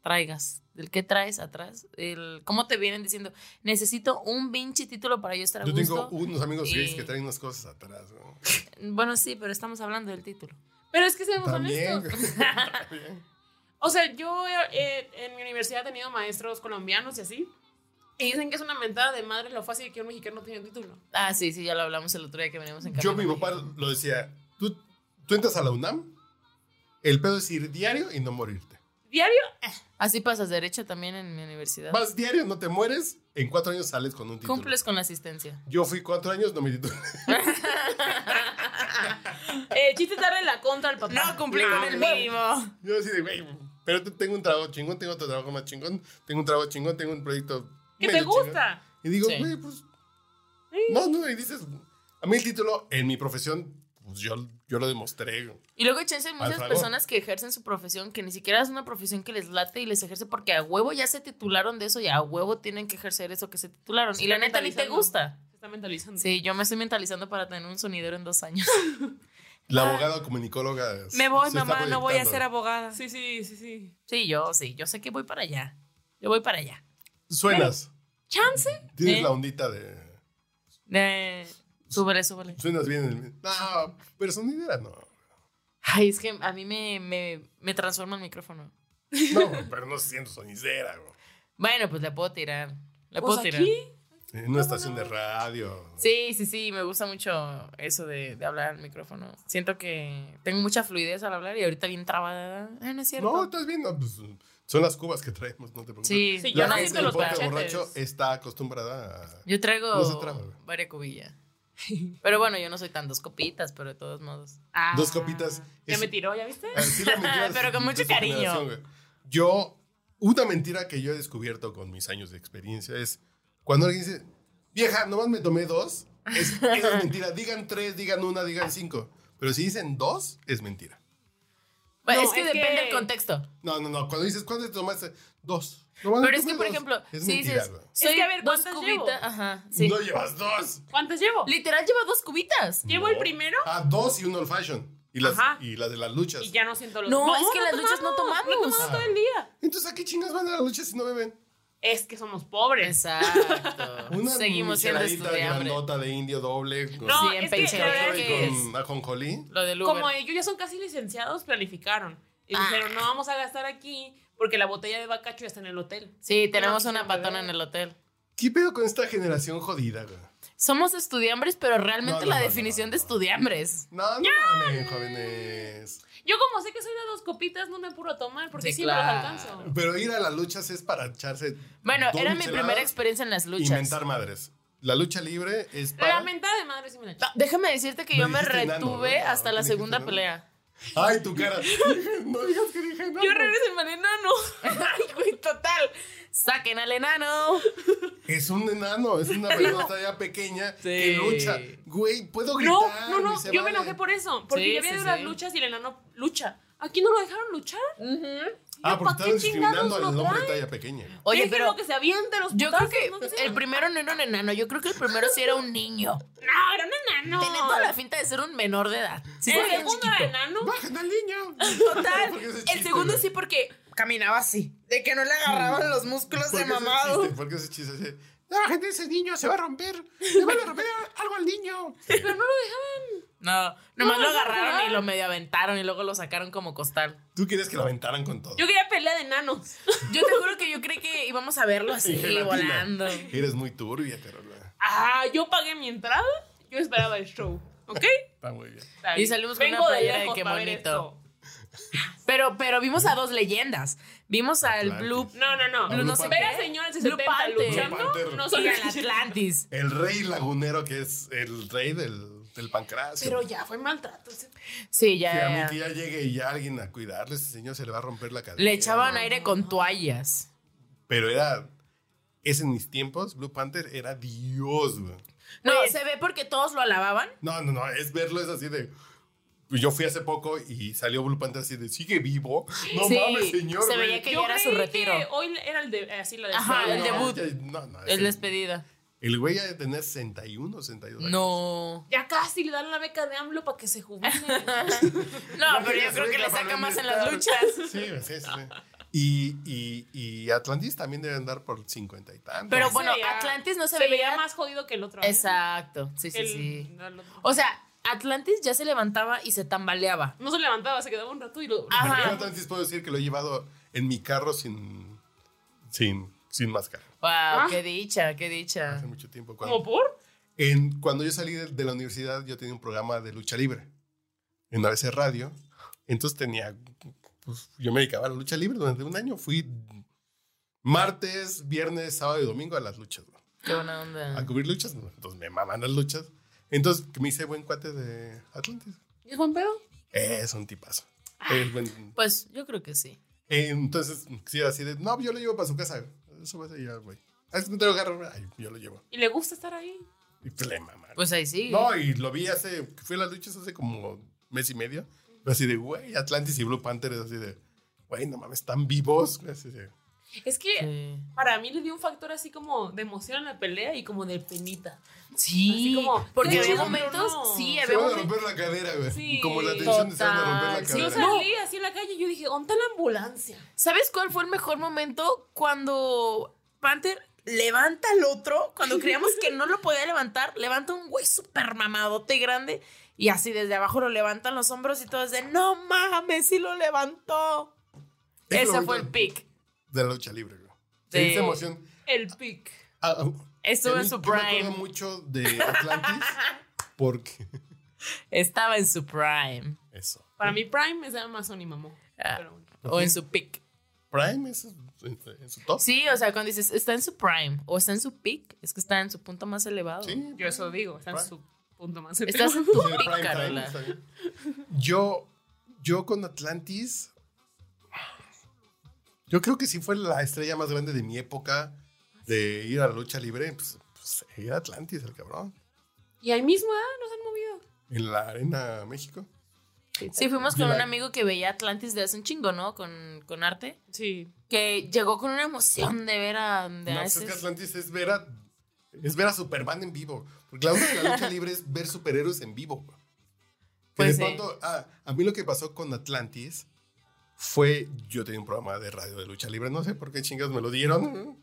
Traigas. Del qué traes atrás. El, ¿Cómo te vienen diciendo? Necesito un pinche título para yo estar a
Yo tengo
gusto.
unos amigos gays
Y-
que traen unas cosas atrás, güey.
Bueno, sí, pero estamos hablando del título.
Pero es que seamos
También,
honestos.
güey. También.
O sea, yo eh, en mi universidad he tenido maestros colombianos y así. Y dicen que es una mentada de madre lo fácil que un mexicano tiene título.
Ah, sí, sí, ya lo hablamos el otro día que venimos en
Yo, mi
camino.
papá lo decía, tú, tú entras a la UNAM, el pedo es ir diario y no morirte.
Diario,
Así pasas derecho también en mi universidad.
Vas diario, no te mueres, en cuatro años sales con un título.
Cumples con la asistencia.
Yo fui cuatro años, no me titulé.
eh, chiste darle la contra al papá.
No cumplí con el mínimo.
Yo así de, güey, pero te- tengo un trabajo chingón, tengo otro trabajo más chingón, tengo un trabajo chingón, tengo un proyecto.
Que te
medio chingón.
gusta.
Y digo,
Sí.
güey, pues. No, no, y dices, a mí el título en mi profesión, pues yo, yo lo demostré.
Y luego chance hay muchas
favor.
personas que ejercen su profesión que ni siquiera es una profesión que les late y les ejerce porque a huevo ya se titularon de eso y a huevo tienen que ejercer eso que se titularon.
Sí,
y la neta ni te
mentalizando.
gusta.
Se está mentalizando.
Sí, yo me estoy mentalizando para tener un sonidero en dos años.
La abogada comunicóloga.
Ah. me voy,
se está
mamá, no voy a
proyectando.
ser abogada. Sí.
Sí, sí, sí, sí.
Sí, yo, sí, yo sé que voy para allá. Yo voy para allá.
Suenas,
¿Chance?
tienes
¿Eh?
la ondita de.
Eh, súbele, súbele.
Suenas bien. el- No, pero sonidera no.
Ay, es que a mí me, me, me transforma el micrófono.
No, güey, pero no se siente sonidera, güey.
Bueno, pues le puedo tirar. Le
Pues
puedo tirar.
aquí.
En una estación de radio.
Sí, sí, sí, me gusta mucho eso de, de hablar al micrófono. Siento que tengo mucha fluidez al hablar y ahorita bien trabada. Ah, no es cierto.
No, estás bien. no, pues, son las cubas que traemos, no te preocupes.
sí,
Sí,
yo
La
no
gente
siento
del
los
podcast
cachetes.
borracho está acostumbrada a...
Yo traigo
No se traba, güey.
varias cubillas. Pero bueno, yo no soy tan dos copitas, pero de todos modos.
Ah,
Dos copitas.
Ya
Es-
me tiró, ¿ya viste?
Así la mentira
Pero con
de
mucho
su
cariño.
generación, güey. Yo, una mentira que yo he descubierto con mis años de experiencia es cuando alguien dice, vieja, nomás me tomé dos, es, eso es mentira. Digan tres, digan una, digan cinco. Pero si dicen dos, es mentira.
Bueno,
No,
es que
es
depende
que-
del contexto.
No, no, no. Cuando dices, ¿cuánto te tomaste? Dos. Nomás me
Pero es que,
tomé
por
dos".
ejemplo,
es
si
mentira,
dices,
güey.
soy
Es que, a ver,
dos
¿cuántas llevo?
cubitas. Ajá, sí.
No llevas dos.
¿Cuántas llevo?
Literal lleva dos cubitas.
Llevo el primero
Ah, dos y un old fashion. Y las,
Ajá.
y las de las luchas.
y ya no siento los
No, es que las
tomamos,
luchas no tomamos.
No tomamos todo el día.
Entonces, ¿a qué chingas van a las luchas si no beben?
Es que somos pobres.
Exacto.
Una
Ah, Seguimos siendo
micheladita
estudiantes.
grandota de indio doble con,
No,
Sí, en
es que
pensión,
la verdad
creo
es
que
que
es-
con ajonjolí.
Lo del Uber.
como ellos ya son casi licenciados, planificaron. Y
Ah.
dijeron, no vamos a gastar aquí porque la botella de bacacho ya está en el hotel.
Sí, tenemos
No,
una
quisiera
patona
beber.
en el hotel.
¿Qué pedo con esta generación jodida, güey?
Somos estudiambres, pero realmente
No, no,
la
no, no,
definición
no,
de
no.
estudiambres.
No, no mames, jóvenes.
Yo como sé que soy de dos copitas, no me apuro a tomar porque
Sí,
siempre
claro.
los alcanzo.
Pero ir a las luchas es para echarse.
Bueno,
dos
era mi
micheladas
primera experiencia en las
Y
luchas.
mentar madres. La lucha libre es para.
La mentada de madre sí me la echo.
No, Ah, déjame decirte que
Me
yo me
dijiste enano,
retuve
¿no?
hasta
Me
la
dijiste
segunda
enano.
pelea.
Ay, tu cara. no digas que dije no.
Yo regreso en enano.
Ay, güey, total. Saquen al enano.
Es un enano, es una pelota ya pequeña que lucha. Güey, puedo gritar.
No, no, no.
güey, se
Yo me
vale.
enojé por eso. Porque
Sí,
yo había
sí,
ido a las
sí.
luchas y el enano lucha. ¿Aquí no lo dejaron luchar?
Ah, porque
¿pa'
estaban
qué chingados
discriminando al
lo
hombre de talla pequeña.
Oye,
Déjenlo
pero
que se aviente los
yo creo
putazos,
que
no sé.
el primero no era un enano. Yo creo que el primero sí era un niño.
No, Eh, era un enano.
Tenía toda la finta de ser un menor de edad. Sí, se
el
veía
segundo
chiquito.
era enano.
¡Bajen al niño!
Total.
Ah, Porque ese
el
chiste,
segundo
güey.
sí porque caminaba así. De que no le agarraban los músculos
¿Por
de
qué ese
mamado.
chiste? ¿Por qué ese chiste así? "Ah, La gente, ese niño se va a romper. Le van a romper algo al niño.
Pero no lo dejaban.
No, nomás lo agarraron y lo medio aventaron y luego lo sacaron como costal.
Tú quieres que lo aventaran con todo.
Yo quería pelea de enanos.
Yo te juro que yo creí que íbamos a verlo
Y
así
gelatina.
volando.
Eres muy turbia, Carola.
Ah, yo pagué mi entrada. Yo esperaba el show. ¿Ok?
Está muy bien.
Está
Y
bien.
salimos con
Vengo
una playera de
lejos
qué
para ver
bonito.
esto.
Pero, pero vimos a dos leyendas. Vimos al
Atlantis.
Blue
No, no, no.
Blue
no
Panther.
sé ver a señores de
Blue
70
Panther.
luchando.
Blue Panther.
No
y
son
al
el
Atlantis.
El rey lagunero que es el rey del del pancracio.
Pero ya fue maltrato. ese-
Sí,
Que a mi
ya.
tía llegue y ya alguien a cuidarle, este señor se le va a romper la cadera.
Le echaban aire con toallas.
Pero era. Es en mis tiempos, Blue Panther era Dios, güey.
No, se ve porque todos lo alababan.
No, no, no, es verlo, es así de. Yo fui hace poco y salió Blue Panther así de, sigue vivo. No
Sí,
mames, señor.
se
güey.
veía que
Yo
ya era su
creí
retiro.
que hoy era el de, así la de
Ajá,
No,
el
no,
debut.
ya- no, no,
Es
ese-
despedida.
El güey ya de tener 61, 62 años.
No.
Ya casi le dan la beca de AMLO para que se jubile.
No, pero yo creo que le saca más en las luchas.
Sí, sí, sí. Y, y, y Atlantis también debe andar por 50 y tantos.
Pero bueno,
veía-
Atlantis no se,
se veía
veía
más jodido que el otro. ¿eh?
Exacto, sí, sí,
El-
sí.
al otro.
O sea, Atlantis ya se levantaba y se tambaleaba.
No se levantaba, se quedaba un rato y lo.
Pero yo
Ajá.
Atlantis puedo decir que lo he llevado en mi carro sin, sin, sin máscara.
Wow,
Ah.
qué dicha, qué dicha.
Hace mucho tiempo.
¿Como
Cuando,
por?
en- cuando yo salí de, de la universidad, yo tenía un programa de lucha libre en ABC Radio. Entonces tenía. pues, yo me dedicaba a la lucha libre durante un año. Fui martes, viernes, sábado y domingo a las luchas. güey.
Qué buena
a
onda.
cubrir luchas. ¿no? Entonces me maman las luchas. Entonces me hice buen cuate de Atlantis.
¿Y es buen pedo?
Es un tipazo. Es buen-
Pues yo creo que sí.
Entonces, si era así de, no, yo lo llevo para su casa. Eso va a ser güey. Ah, Es que no tengo carro. Ay, yo lo llevo.
¿Y le gusta estar ahí?
Y pues le mama.
Pues ahí sí.
no, y lo vi hace, que fui a las luchas hace como mes y medio. Fue Así de, güey, Atlantis y Blue Panther es así de, güey, no mames, están vivos. Así de,
Es que
Sí.
para mí le dio un factor así como de emoción a la pelea y como de penita.
Sí,
Así como,
porque
qué
había
chido,
momentos,
pero no.
sí,
se
había
van a
momentos.
romper la cadera, güey.
Sí.
Como la tensión de se van a romper la
Total. Sí,
cadera.
Yo salí así en la calle y yo dije, ¿dónde está la ambulancia?
¿Sabes cuál fue el mejor momento cuando Panther levanta al otro? Cuando creíamos que no lo podía levantar, levanta un güey súper mamadote y grande y así desde abajo lo levantan los hombros y todo es de no mames, sí lo levantó.
Es lo
Ese
bonito
fue el pick.
De la lucha libre, güey.
Sí.
Esa emoción.
El pic.
Ah, ah,
Estuvo
a
en
mí-
su
yo Me acuerdo
prime.
mucho de Atlantis porque
Estaba en su prime.
eso.
Para mí Prime es de Amazon y mamó.
Ah.
Pero bueno.
O en su pick.
Prime es en en su top.
Sí, o sea, cuando dices está en su prime o está en su pick, es que está en su punto más elevado.
Sí,
Yo eso digo, está en
Prime.
su punto más
Estás en
elevado.
tu
en el
pick,
prime time,
Carola.
está bien. Yo, yo con Atlantis, yo creo que sí fue la estrella más grande de mi época de ir a la lucha libre. Pues, pues, era Atlantis, el cabrón.
Y ahí mismo, ah, nos han movido.
En la Arena México.
Sí, fuimos
Yo
con
la-
un amigo que veía Atlantis de hace un chingo, ¿no? Con, con arte.
Sí.
Que llegó con una emoción de ver a. de
No,
a
pues es
Ah, ese-
que Atlantis es ver a, es ver a Superman en vivo. Porque la onda de la lucha libre es ver superhéroes en vivo. güey. Que
Pues
de
sí.
pronto, ah, a mí lo que pasó con Atlantis fue, yo tenía un programa de radio de lucha libre, no sé por qué chingados me lo dieron. ¿no?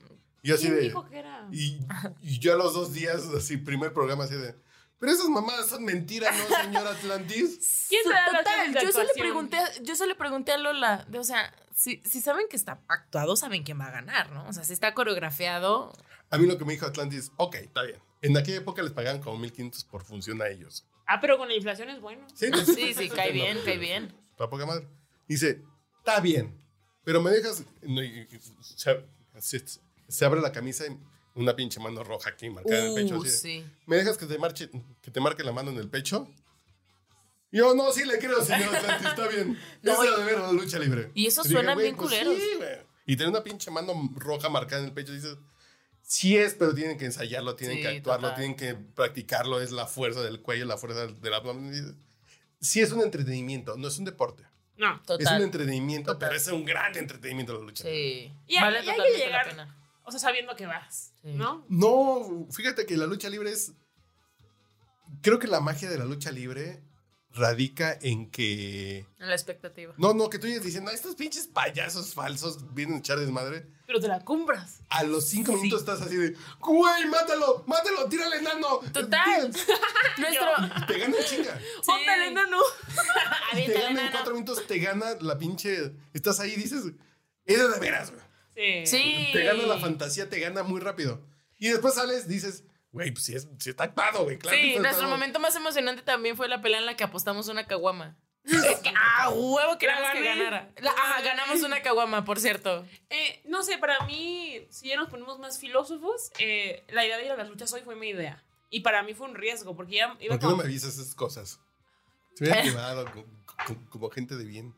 Y yo así
¿Quién
de...
dijo que era?
Y, y yo a los dos días, así, primer programa así de... Pero esas mamadas son mentiras, ¿no, señor Atlantis?
¿Quién te da las
Total,
clases de
yo solo, le
actuación?
pregunté, yo solo le pregunté a Lola, de, o sea, si, si saben que está actuado, saben quién va a ganar, ¿no? O sea, si está coreografiado.
A mí lo que me dijo Atlantis, ok, está bien. En aquella época les pagaban como 1.500 por función a ellos.
Ah, pero con la inflación es bueno.
Sí,
Sí, sí, cae bien, cae bien.
Está poca madre. Dice, está bien, pero me dejas. no, y- y- se, se- se abre la camisa y una pinche mano roja aquí marcada en el pecho.
Uh,
así de,
sí.
¿Me dejas que te, marche, que te marque la mano en el pecho? Yo no, sí le creo, señor Atlantis, está bien.
No,
es la
y-
de ver la lucha libre.
y esos
Y dije,
suenan
"Güey,
bien
pues
culeros".
sí, güey. y tener una pinche mano roja marcada en el pecho, dices, sí es, pero tienen que ensayarlo, tienen
Sí,
que actuarlo,
total.
tienen que practicarlo, es la fuerza del cuello, la fuerza del abdomen. y dices, Sí es un entretenimiento, no es un deporte.
No.
Es un
Total.
entretenimiento,
Total.
pero es un gran entretenimiento la lucha.
Sí.
Y hay- y hay que
totalmente la
llegar-
pena.
O sea, sabiendo que vas,
Sí.
¿no?
No, fíjate que la lucha libre es. Creo que la magia de la lucha libre radica en que.
En la expectativa.
No, no, que tú dices diciendo, "Ah, estos pinches payasos falsos vienen a echar desmadre.
Pero te la cumbras.
A los cinco minutos estás así de, güey, mátalo, mátalo, tírale enano.
Total. Nuestro.
Y Te gana en chinga.
Sí.
¡Óndale, enano!
Y te
Aviéntale,
gana en
enano.
cuatro minutos, te gana la pinche. Estás ahí y dices, eso de veras, güey.
Sí.
Sí.
Te gana la fantasía, te gana muy rápido. Y después sales, dices, güey, pues sí, es, sí está actuado, güey, claro. que
Sí,
está
nuestro
actuado".
momento más emocionante también fue la pelea en la que apostamos una caguama. Es que, ah, huevo queríamos que
gané.
ganara. La- ajá, ganamos una caguama, por cierto.
Eh, no sé, para mí, si ya nos ponemos más filósofos, eh, la idea de ir a las luchas hoy fue mi idea. Y para mí fue un riesgo, porque ya iba
¿Por qué no
con-
me avisas esas cosas? Se hubiera privado co- co- como gente de bien.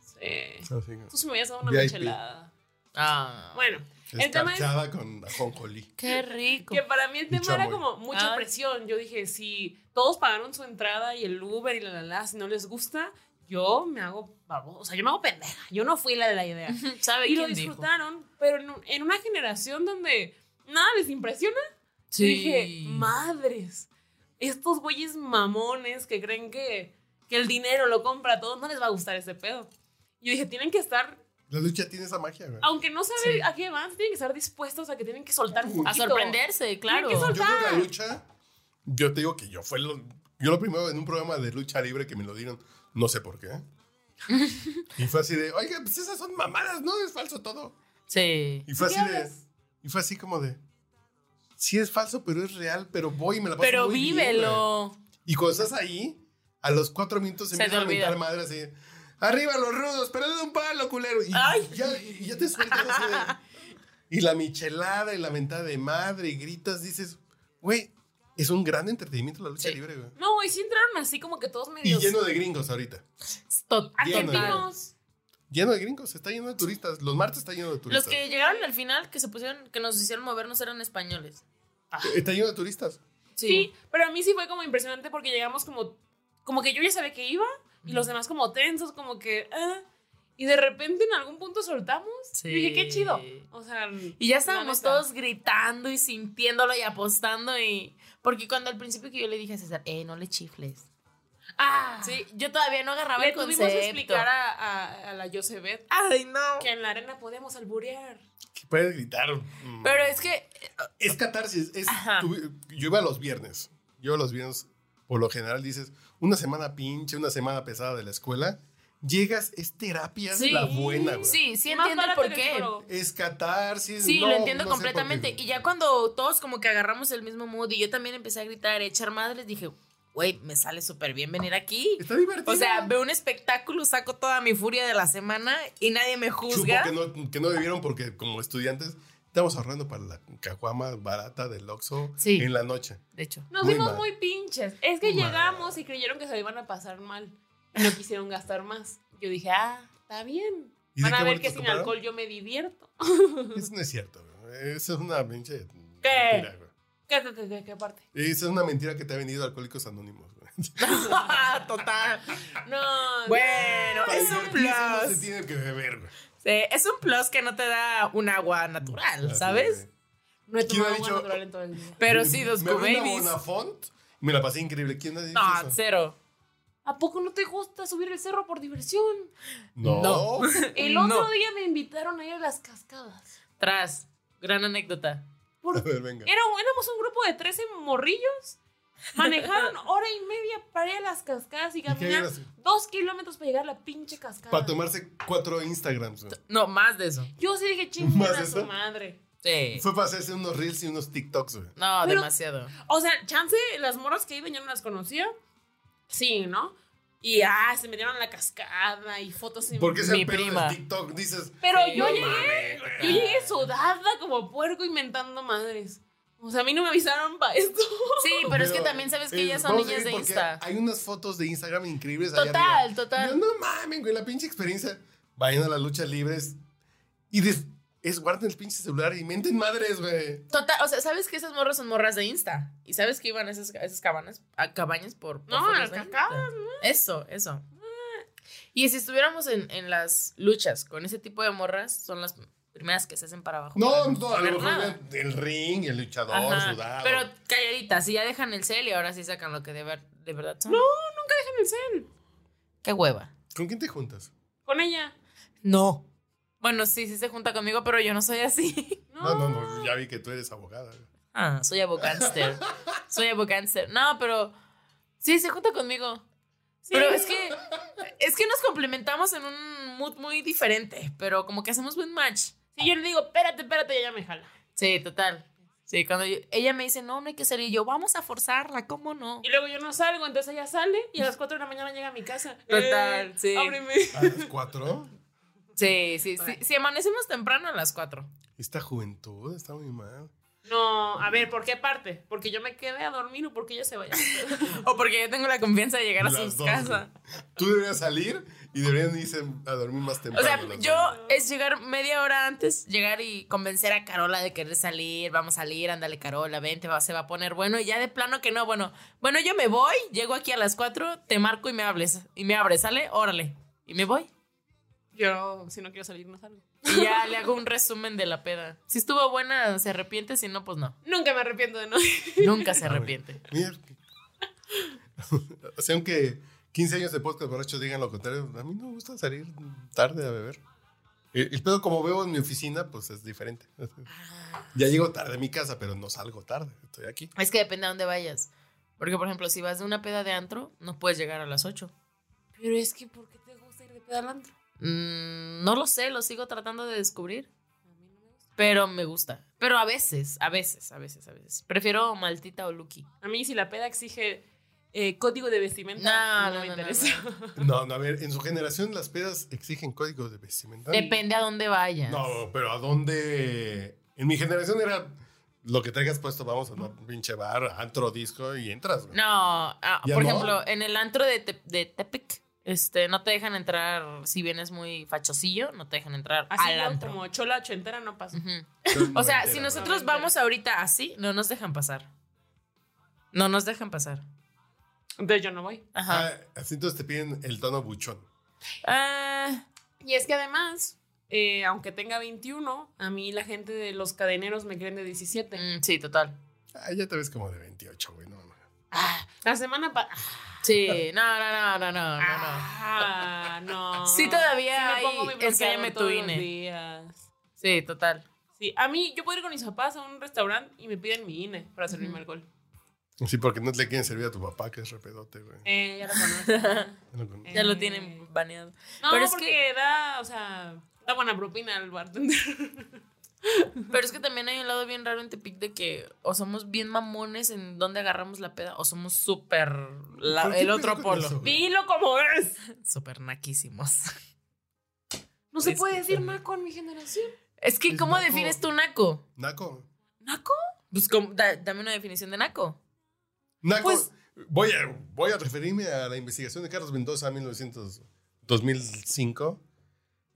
Sí.
Así,
eh, Tú sí me habías dado una
VIP.
michelada.
Ah.
Bueno, el tema es
Escarchada con ajonjolí.
Qué rico.
que para mí el
Y
tema era
chamoy.
como mucha
Ay.
presión. Yo dije, si todos pagaron su entrada y el Uber y la la la, si no les gusta, yo me hago, babo- o sea, yo me hago pendeja. Yo no fui la de la idea.
¿Sabe
y lo
quién dijo?
disfrutaron, pero en, un- en una generación donde nada les impresiona.
Sí.
Dije, madres, estos güeyes mamones que creen que, que el dinero lo compra todo, no les va a gustar ese pedo. Yo dije, tienen que estar,
La lucha tiene esa magia, güey.
aunque no saben
Sí.
a qué van, tienen que estar dispuestos a que tienen que soltar un
A
poquito.
sorprenderse, claro.
Tienen que
Yo creo que la
soltar.
lucha, yo te digo que yo fue lo, yo lo primero en un programa de lucha libre que me lo dieron, no sé por qué. y fue así de, oiga, pues esas son mamadas, ¿no? Es falso todo.
Sí.
Y fue
¿De
así
qué
de, y fue así como de, sí es falso, pero es real, pero voy y me la paso
Pero
muy bien, güey".
vívelo.
y cuando estás ahí, a los cuatro minutos se,
Se te
empieza a
olvida.
mentar madre así, arriba los rudos, pero de un palo, culero. Y,
Ay.
Ya, y ya te sueltas así de- y la michelada y la mentada de madre y gritas, dices, güey, es un gran entretenimiento la lucha
Sí.
libre, güey.
No, y sí entraron así como que todos
Y
medio
lleno de gringos ahorita.
Total.
lleno de-
argentinos.
Lleno de gringos, está lleno de turistas. Los martes está lleno de
Los
turistas.
que llegaron al final, que se pusieron, que nos hicieron movernos eran españoles.
Está lleno de turistas.
Sí. pero a mí sí fue como impresionante porque llegamos como, como que yo ya sabía que iba y los demás como tensos, como que... ah, y de repente en algún punto soltamos.
Sí.
Y dije, qué chido. O sea...
Y ya estábamos
la neta.
todos gritando y sintiéndolo y apostando y... Porque cuando al principio que yo le dije a César, eh, no le chifles.
Ah,
Sí, yo todavía no agarraba
le
el
tuvimos
concepto.
que explicar a, a- a la Josebet
Ay, no.
que en la arena podemos alburear.
Que puedes gritar. mm.
Pero es que...
Es catarsis. Es,
Ajá.
tuve- yo iba los viernes. Yo los viernes, por lo general, dices, una semana pinche, una semana pesada de la escuela. Llegas, es terapia
Sí.
la buena, güey.
Sí, sí
Más
entiendo el
barato
por
que
qué.
psicólogo.
Es catarsis.
Sí,
no,
lo entiendo
no sé por qué.
completamente. Y ya cuando todos como que agarramos el mismo mood y yo también empecé a gritar, a echar madres, dije, güey, me sale súper bien venir aquí.
Está divertido.
O sea, veo un espectáculo, saco toda mi furia de la semana y nadie me
Supo
juzga.
que no, que no bebieron porque, como estudiantes, estamos ahorrando para la caguama barata del Oxxo
Sí.
en la noche.
De hecho.
Nos
Muy
dimos
mal.
muy pinches. Es que
Mal.
llegamos y creyeron que se lo iban a pasar mal. Y no quisieron gastar más. Yo dije, ah, está bien.
¿Y de
Van a
qué
ver
boletos
que sin
compraron?
alcohol yo me divierto.
Eso no es cierto. güey. Eso es una pinche.
¿Qué?
mentira, güey.
¿Qué, qué, qué, qué, qué parte?
Esa es una mentira que te ha vendido Alcohólicos Anónimos. güey.
Total.
No.
Bueno, es un
No se
plus.
tiene que beber, güey.
Sí, es un plus que no te da un agua natural,
Así,
¿sabes?
güey.
No he tomado
¿Quién ha
agua
dicho-
natural en todo el día.
Pero sí, dos
Me abrí una
cubabies.
Bonafont, me la pasé increíble. ¿Quién ha dicho
No,
eso?
cero.
¿A poco no te gusta subir el cerro por diversión?
No.
El
No.
otro día me invitaron a ir a las cascadas.
Tras. Gran anécdota.
A
Por-
ver, venga.
Era, éramos un grupo de 13 morrillos. Manejaron hora y media para ir a las cascadas y
qué
caminar
eras?
dos kilómetros para llegar a la pinche cascada.
Para tomarse cuatro Instagrams. güey.
No, más de eso.
Yo sí dije, chingón
¿Más
a
eso?
su madre.
Sí.
Fue para hacerse unos reels y unos TikToks, güey.
No,
Pero-
demasiado.
O sea, chance, las morras que iban yo no las conocía. Sí, ¿no? Y ah, se metieron a la cascada y fotos en
Porque es el
Mi
pedo
prima.
de TikTok. Dices,
Pero
Sí,
yo
no
llegué, yo llegué sudada como puerco inventando madres. O sea, a mí no me avisaron para esto.
Sí, pero, es que también sabes que
eh,
ellas son
vamos a
niñas
ir
de
porque
Insta.
Hay unas fotos de Instagram increíbles. allá arriba.
Total,
Yo,
total.
no mames, güey, la pinche experiencia. Vayan a las luchas libres y des- es guarden el pinche celular y menten madres, güey.
Total, o sea, sabes que esas morras son morras de Insta. Y sabes que iban a esas, a esas cabanas, a cabañas por. por
No,
fotos
a las
de Insta.
cascadas,
Eso, eso. Y si estuviéramos en, en las luchas con ese tipo de morras, son las primeras que se hacen para abajo. para
No, no, a
saber
lo mejor
nada.
vean el ring, el luchador,
Ajá,
sudado.
Pero calladitas, si ya dejan el cel y ahora sí sacan lo que de, ver- de verdad son.
No, nunca dejan el cel.
Qué hueva.
¿Con quién te juntas?
Con ella.
No. Bueno, sí, sí se junta conmigo, pero yo no soy así.
No,
No, no, no, ya vi que tú eres abogada. güey.
Ah, soy abogánster. soy abogánster. No, pero sí se junta conmigo.
Sí.
Pero es que es que nos complementamos en un mood muy diferente, pero como que hacemos buen match.
Sí, yo le digo, espérate, espérate, y ella me jala.
Sí, total. Sí, cuando yo- ella me dice, "No, no hay que salir." Yo, "Vamos a forzarla, ¿cómo no?"
Y luego yo no salgo, entonces ella sale y a las 4 de la mañana llega a mi casa.
Total,
Eh,
sí.
Ábreme.
A las cuatro,
Sí, sí, sí, si amanecemos temprano a las 4.
esta juventud está muy mal.
No, a ver, ¿por qué parte? ¿Porque yo me quedé a dormir o porque ella se vaya?
o porque yo tengo la confianza de llegar a
Las
sus
dos,
casas.
Tú deberías salir y deberían irse a dormir más
O
temprano.
sea,
las
yo
dos.
es llegar media hora antes, llegar y convencer a Carola de querer salir, vamos a salir, ándale Carola, vente, va, se va a poner bueno y ya de plano que no, bueno, bueno, yo me voy, llego aquí a las 4, te marco y me hables, y me abres, sale, órale, y me voy.
Yo, si no quiero salir, no salgo.
Y ya le hago un resumen de la peda. Si estuvo buena, se arrepiente, si no, pues no.
Nunca me arrepiento de no.
Nunca se arrepiente.
Mira. o sea, aunque 15 años de podcast borrachos digan lo contrario, a mí no me gusta salir tarde a beber. El, el pedo, como veo en mi oficina, pues es diferente.
Ah.
ya llego tarde a mi casa, pero no salgo tarde. Estoy aquí.
Es que depende a dónde vayas. Porque, por ejemplo, si vas de una peda de antro, no puedes llegar a las 8.
Pero es que, ¿por qué te gusta ir de pedalantro?
Mm, no lo sé, lo sigo tratando de descubrir. Pero me gusta. Pero a veces, a veces, a veces, a veces. Prefiero Maltita o Lucky.
A mí, si la peda exige eh, código de vestimenta, no,
No, no,
me
no, no,
interesa.
No, no, a ver, en su generación las pedas exigen códigos de vestimenta.
Depende a dónde vayas.
No, pero ¿a dónde? En mi generación era lo que traigas puesto, vamos a un pinche bar, antro, disco y entras. güey.
No, ah,
¿Ya
por
no?
ejemplo, en el antro de, Te- de Tepic, este, no te dejan entrar, si vienes muy fachosillo, no te dejan entrar
Así
al
yo,
antro.
como chola ochentera, no pasa.
O sea,
entera,
si
¿no?
nosotros
No me
vamos ahorita así, no nos dejan pasar. No nos dejan pasar.
Entonces yo no voy.
Ajá.
Ah, así entonces te piden el tono buchón.
Ah,
Y es que además, eh, aunque tenga 21, a mí la gente de los cadeneros me creen de 17.
mm, sí, total.
Ah, ya te ves como de 28, güey. No, no.
La semana pasada.
Sí, no, no, no, no, no, no, no.
Ah, no.
Sí, todavía
Sí me pongo
hay-
mi
enséñame
bloqueador
tu
todos
INE.
los días.
Sí, total.
Sí, a mí, yo puedo ir con mis papás a un restaurante y me piden mi INE para servirme alcohol.
Sí, porque no le quieren servir a tu papá, que es repedote, güey.
Eh, ya lo conozco.
No, no.
Ya lo
Eh.
tienen baneado.
No,
Pero es
porque da, o sea, da buena propina al bartender.
Pero es que también hay un lado bien raro en Tepic de que o somos bien mamones en donde agarramos la peda o somos súper la-
¿Por qué
el
pedo
otro
con
polo.
eso, güey?
Dilo como es.
Súper naquísimos.
No se
Es
puede
que
decir
también.
naco en mi generación.
Es que,
Es
¿cómo
naco.
defines tu naco?
Naco.
¿Naco?
Pues, ¿cómo? Da- dame una definición de naco.
Naco.
Pues-
voy, a, voy a referirme a la investigación de Carlos Mendoza 1900, 2005.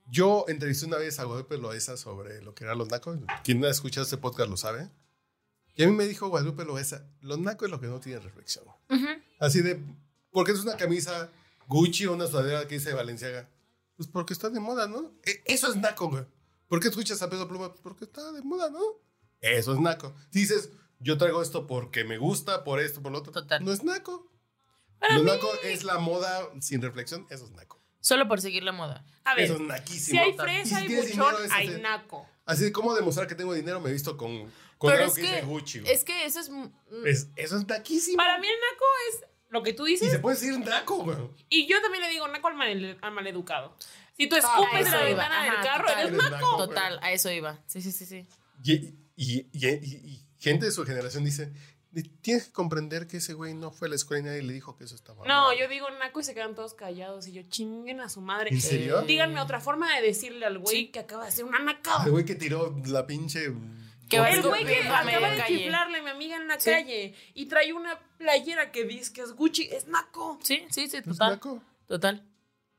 Yo entrevisté una vez a Guadalupe Loesa sobre lo que eran los nacos. Quien no ha escuchado este podcast lo sabe. Y a mí me dijo Guadalupe Loesa, los nacos es lo que no tiene reflexión. Así de, ¿por qué es una camisa Gucci o una sudadera que dice Valenciaga? Pues porque está de moda, ¿no? E- Eso es naco, güey. ¿Por qué escuchas a Pedro Pluma? Porque está de moda, ¿no? Eso es naco. Dices, yo traigo esto porque me gusta, por esto, por lo otro.
Total.
No es naco. lo naco es la moda sin reflexión, eso es naco.
Solo por seguir la moda.
A ver,
Eso es
si
naquísimo.
hay
Y
fresa, hay
tienes
buchón,
dinero, es
hay
así-
naco.
Así de cómo demostrar que tengo dinero, me he visto con, con
Pero
algo
es
que,
que-
dice Gucci. güey.
Es que eso es. mm,
Es- eso es naquísimo.
Para mí el naco es lo que tú
y
dices.
se puede decir naco, güey.
Y yo también le digo naco al, mal- al maleducado. Si tú escupes
eso
en la
iba.
ventana del
Ajá,
carro,
total.
eres
Eres
naco.
naco, güey.
Total, a eso iba. Sí, sí, sí, sí.
Y, y- y- y- y gente de su generación dice, tienes que comprender que ese güey no fue a la escuela y nadie le dijo que eso estaba
No,
mal".
yo digo naco y se quedan todos callados. Y yo, chinguen a su madre.
¿En serio?
Díganme otra forma de decirle al güey
Sí.
que acaba de hacer una naca.
El güey que tiró la pinche...
Que va
El güey que
escupiendo a media
acaba de
calle.
chiflarle a mi amiga en la
Sí.
calle y trae una playera que dice que es Gucci, es naco.
Sí, sí, sí,
¿No es
total.
naco?
Total.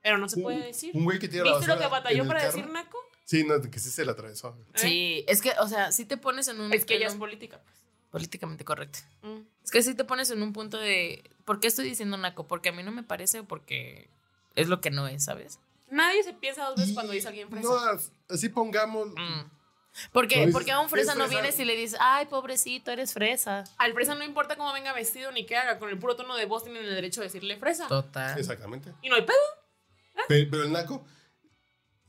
Pero no se
Pues, Un-
puede decir.
Un güey que tira la
¿Viste lo
basura
que batalló
en el
para
carro.
decir naco?
Sí, no, que sí se la atravesó.
¿Eh?
Sí, es que, o sea, si te pones en un.
Es que ya
en
es
un-
política. pues.
políticamente correcto.
Mm.
Es que si te pones en un punto de. ¿Por qué estoy diciendo naco? Porque a mí no me parece o porque es lo que no es, ¿sabes?
Nadie se piensa dos veces
Y-
cuando dice alguien fresa.
No, as- así pongamos...
Mm.
No,
Porque,
dices,
porque a un fresa
"Es
no
fresa".
vienes y le dices, ay, pobrecito, eres fresa.
Al fresa no importa cómo venga vestido ni qué haga, con el puro tono de voz tienen el derecho de decirle fresa.
Total.
Ah. Exactamente.
Y no hay pedo. Ah.
Pero, pero el naco...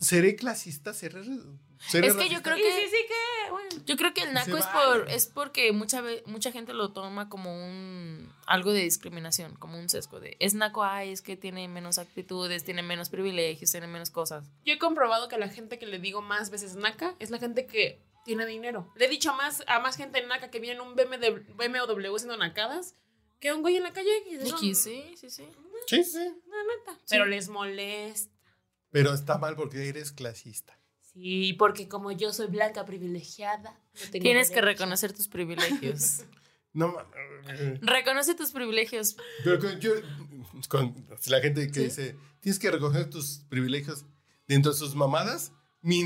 ¿Seré clasista? ¿Seré... seré
Es que yo
racista?
creo
Y
que.
sí, sí que, bueno.
Yo creo que el naco
Se
es
vale.
por es porque mucha ve- mucha gente lo toma como un algo de discriminación, como un sesgo de es naco, ay, es que tiene menos actitudes, tiene menos privilegios, tiene menos cosas.
Yo he comprobado que la gente que le digo más veces naca es la gente que tiene dinero. Le he dicho más a más gente naca que viene en un BM de, BMW haciendo nacadas que a un güey en la calle. que son-
Aquí, sí, sí, sí.
Sí, sí.
La neta. Pero les molesta.
Pero está mal porque eres clasista.
Sí, porque como yo soy blanca privilegiada, no tengo
Tienes que
derecho.
reconocer tus privilegios.
No mames.
Reconoce tus privilegios.
Pero con, yo, con la gente que dice, tienes que recoger tus privilegios dentro de sus mamadas. Mi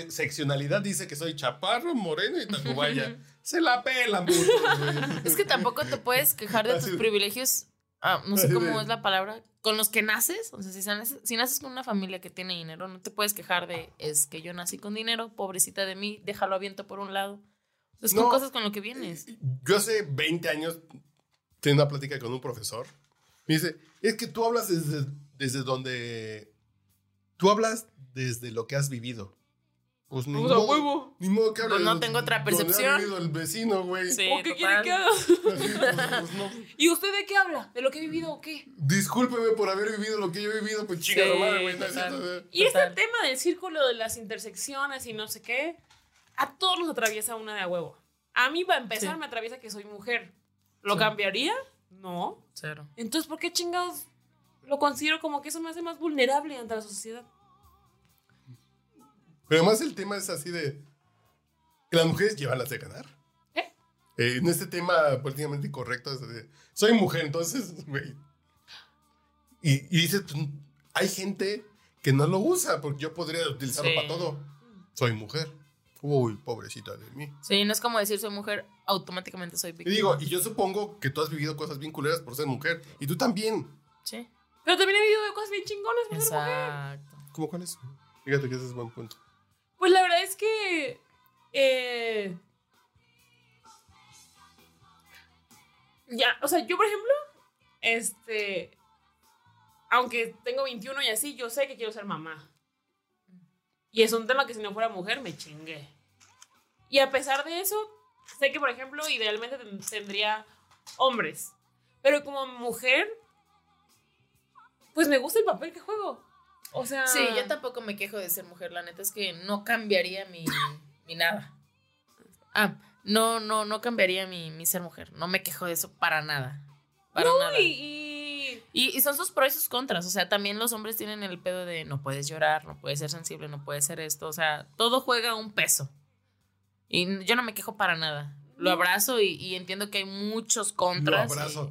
interseccionalidad dice que soy chaparro, moreno y tacubaya. Se la pelan, putos, güey.
Es que tampoco te puedes quejar de tus privilegios, ah, no sé
Así
cómo
de-
es la palabra, con los que naces. O sea, si naces, si naces con una familia que tiene dinero, no te puedes quejar de, es que yo nací con dinero, pobrecita de mí, déjalo aviento por un lado. Es con
No.
cosas con lo que vienes.
Yo hace 20 años tenía una plática con un profesor. Me dice, es que tú hablas desde, desde donde... Tú hablas desde lo que has vivido. Pues ni
Pues a
modo,
huevo.
Ni modo que hable
Pues no
de-
tengo otra
donde ha
percepción.
vivido el vecino, güey.
Sí,
¿O qué quiere
total.
que haga?
Pues
¿Y usted de qué habla? ¿De lo que he vivido o qué?
Discúlpeme por haber vivido lo que yo he vivido, pues chica,
Sí,
no mames, güey. no es
total.
cierto.
Y este
Total.
tema del círculo de las intersecciones y no sé qué, a todos nos atraviesa una de a huevo. A mí, para empezar,
Sí.
me atraviesa que soy mujer. ¿Lo
Sí.
cambiaría? No.
Cero.
Entonces, ¿por qué chingados lo considero como que eso me hace más vulnerable ante la sociedad?
Pero además el tema es así de... que Las mujeres llevan las de ganar.
¿Eh?
Eh, en este tema políticamente incorrecto, es de, soy mujer, entonces, güey. Y, y dices, pues, hay gente que no lo usa, porque yo podría utilizarlo
Sí.
para todo. Soy mujer. Uy, pobrecita de mí.
Sí, no es como decir soy mujer, automáticamente soy
Y
víctima.
digo, y yo supongo que tú has vivido cosas bien culeras por ser mujer. Y tú también.
Sí.
Pero también he vivido de cosas bien chingonas por ser mujer.
Exacto.
¿Cómo cuál es? Fíjate que ese es buen punto.
Pues la verdad es que. eh, ya, o sea, yo, por ejemplo, este. Aunque tengo 21 y así, yo sé que quiero ser mamá. Y es un tema que si no fuera mujer me chingué. Y a pesar de eso, sé que, por ejemplo, idealmente ten- tendría hombres. Pero como mujer, pues me gusta el papel que juego. O sea.
Sí, yo tampoco me quejo de ser mujer. La neta es que no cambiaría mi, mi nada. Ah, no, no, no cambiaría mi, mi ser mujer. No me quejo de eso para nada. Para
No,
nada.
y-
Y,
y
y son sus pros y sus contras. O sea, también los hombres tienen el pedo de no puedes llorar, no puedes ser sensible, no puedes ser esto. O sea, todo juega un peso. Y n- yo no me quejo para nada. Lo abrazo y, y entiendo que hay muchos
Lo
contras.
abrazo.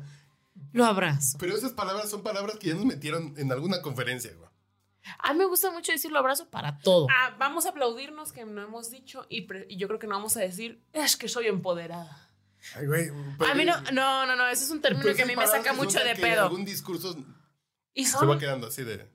y- Lo abrazo.
Pero esas palabras son palabras que ya nos metieron en alguna conferencia, güey.
A mí me gusta mucho decir lo abrazo para todo.
Ah, vamos a aplaudirnos que no hemos dicho y, pre- y yo creo que no vamos a decir, es que soy empoderada.
Ay, güey.
A
pues,
mí no, no, no, no, ese es un término
Pero
que a
esas
mí me
palabras
saca
que
mucho
sueltan
de
que en
pedo.
Algún discurso
Y
se va
son...
quedando así de.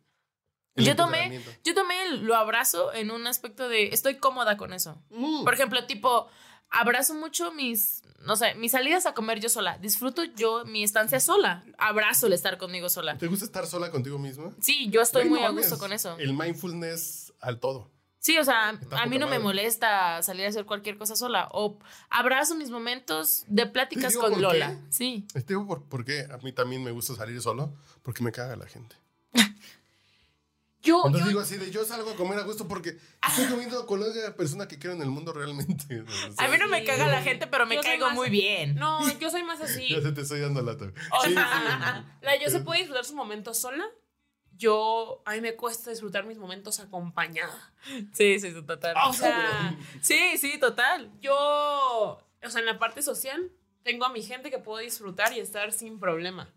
el
Yo tomé,
empoderamiento.
yo tomé el- lo abrazo en un aspecto de estoy cómoda con eso.
Mm.
Por ejemplo, tipo, abrazo mucho mis, no sé, mis salidas a comer yo sola. Disfruto yo mi estancia sola. Abrazo el estar conmigo sola.
¿Te gusta estar sola contigo misma?
Sí, yo estoy
Güey,
muy
no
a gusto
mames, Eh,
con eso.
El mindfulness al todo.
Sí, o sea,
Está
a mí
poca
no me
madre.
molesta salir a hacer cualquier cosa sola. O abrazo mis momentos de pláticas
digo
con
por qué.
Lola. Sí.
Este, ¿por, por qué a mí también me gusta salir solo? Porque me caga la gente.
Yo,
Entonces
yo-
digo así de yo salgo a comer a gusto porque estoy comiendo con la única persona que quiero en el mundo realmente. O sea,
A mí no me
Sí.
caga la gente, pero me
Yo soy
caigo
más-
muy bien.
no, yo soy más así.
Ya se te estoy dando lata. güey.
O
Sí,
sea,
sí.
la yo se puede disfrutar sus momentos sola. Yo, a mí me cuesta disfrutar mis momentos acompañada.
Sí, sí, sí, total.
Ah,
O sea,
Sí, sí, total.
yo, o sea, en la parte social, tengo a mi gente que puedo disfrutar y estar sin problema.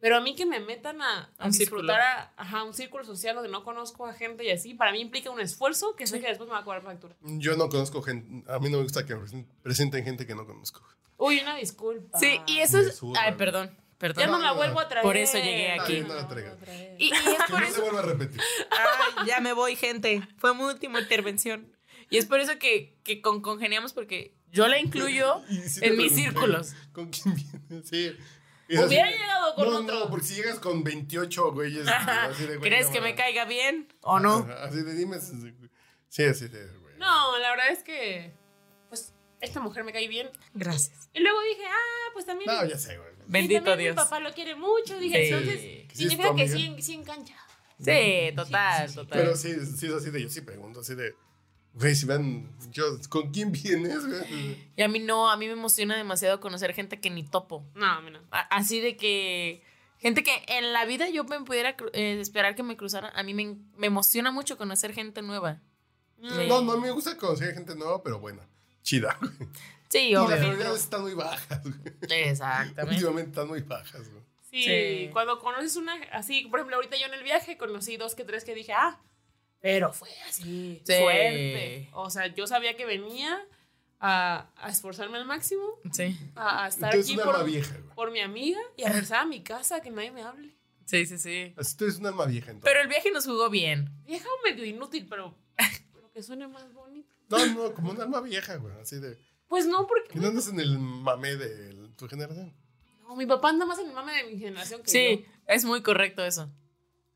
Pero a mí que me metan a, a
Un círculo.
disfrutar a ajá, un círculo social donde no conozco a gente y así, para mí implica un esfuerzo que sé que después me va a cobrar factura.
Yo no conozco gente. A mí no me gusta que me presen- presenten gente que no conozco.
Uy, una disculpa.
Sí, y eso
Me
es.
suda,
Ay,
güey.
perdón, perdón.
Ya no la vuelvo a traer.
Por eso llegué
aquí.
Ay,
No la traigas.
otra vez.
Y, y es
Que
Ah, por
no se
eso.
vuelva a repetir.
Ay, ya me voy, gente. Fue mi última intervención. Y es por eso que, que con, congeniamos, porque yo la incluyo.
Y sí te
en mis
pregunté,
círculos.
¿Con quién vienes? Sí. Y así-
Hubiera llegado con
no,
otro.
no, porque si llegas con 28 güeyes. así de, güey,
¿Crees
no,
que me
mames.
caiga bien o no?
Así de dime. si- Sí, así de, güey.
No, la verdad es que, pues, esta mujer me cae bien.
Gracias.
Y luego dije, ah, pues también.
No, ya sé, güey.
y
Bendito
también
Dios.
Mi papá lo quiere mucho. Dije,
Sí.
entonces,
es tu
significa que
amiga.
sí, en- sí engancha.
Sí, total, total.
Pero sí, sí es así de yo sí pregunto, así de. Güey, si van, yo, ¿con quién vienes? güey?
Y a mí no, a mí me emociona demasiado conocer gente que ni topo.
No, a mí no.
A- Así de que. Gente que en la vida yo me pudiera cru- eh, esperar que me cruzaran. A mí me, me emociona mucho conocer gente nueva.
No, no me gusta conocer gente nueva, pero bueno, chida.
Sí,
Y las
obvio.
probabilidades están muy bajas.
Exactamente.
Últimamente están muy bajas. güey.
Sí,
Sí.
cuando conoces una, así, por ejemplo, ahorita yo en el viaje conocí dos que tres que dije, ah, pero fue así,
Sí.
suerte. O sea, yo sabía que venía a, a esforzarme al máximo,
Sí.
a, a estar
Entonces,
aquí
un
por,
alma vieja, güey.
por mi amiga y a regresar a mi casa, que nadie me hable.
Sí, sí, sí.
Así tú eres un alma vieja, entonces.
Pero el viaje nos jugó bien.
Vieja o medio inútil, pero, pero que suene más bonito.
No, no, como un alma vieja, güey. Así de.
Pues no, porque
Que no andas en el mame de el- tu generación.
no, mi papá anda más en el mame de mi generación que
Sí, es muy correcto eso.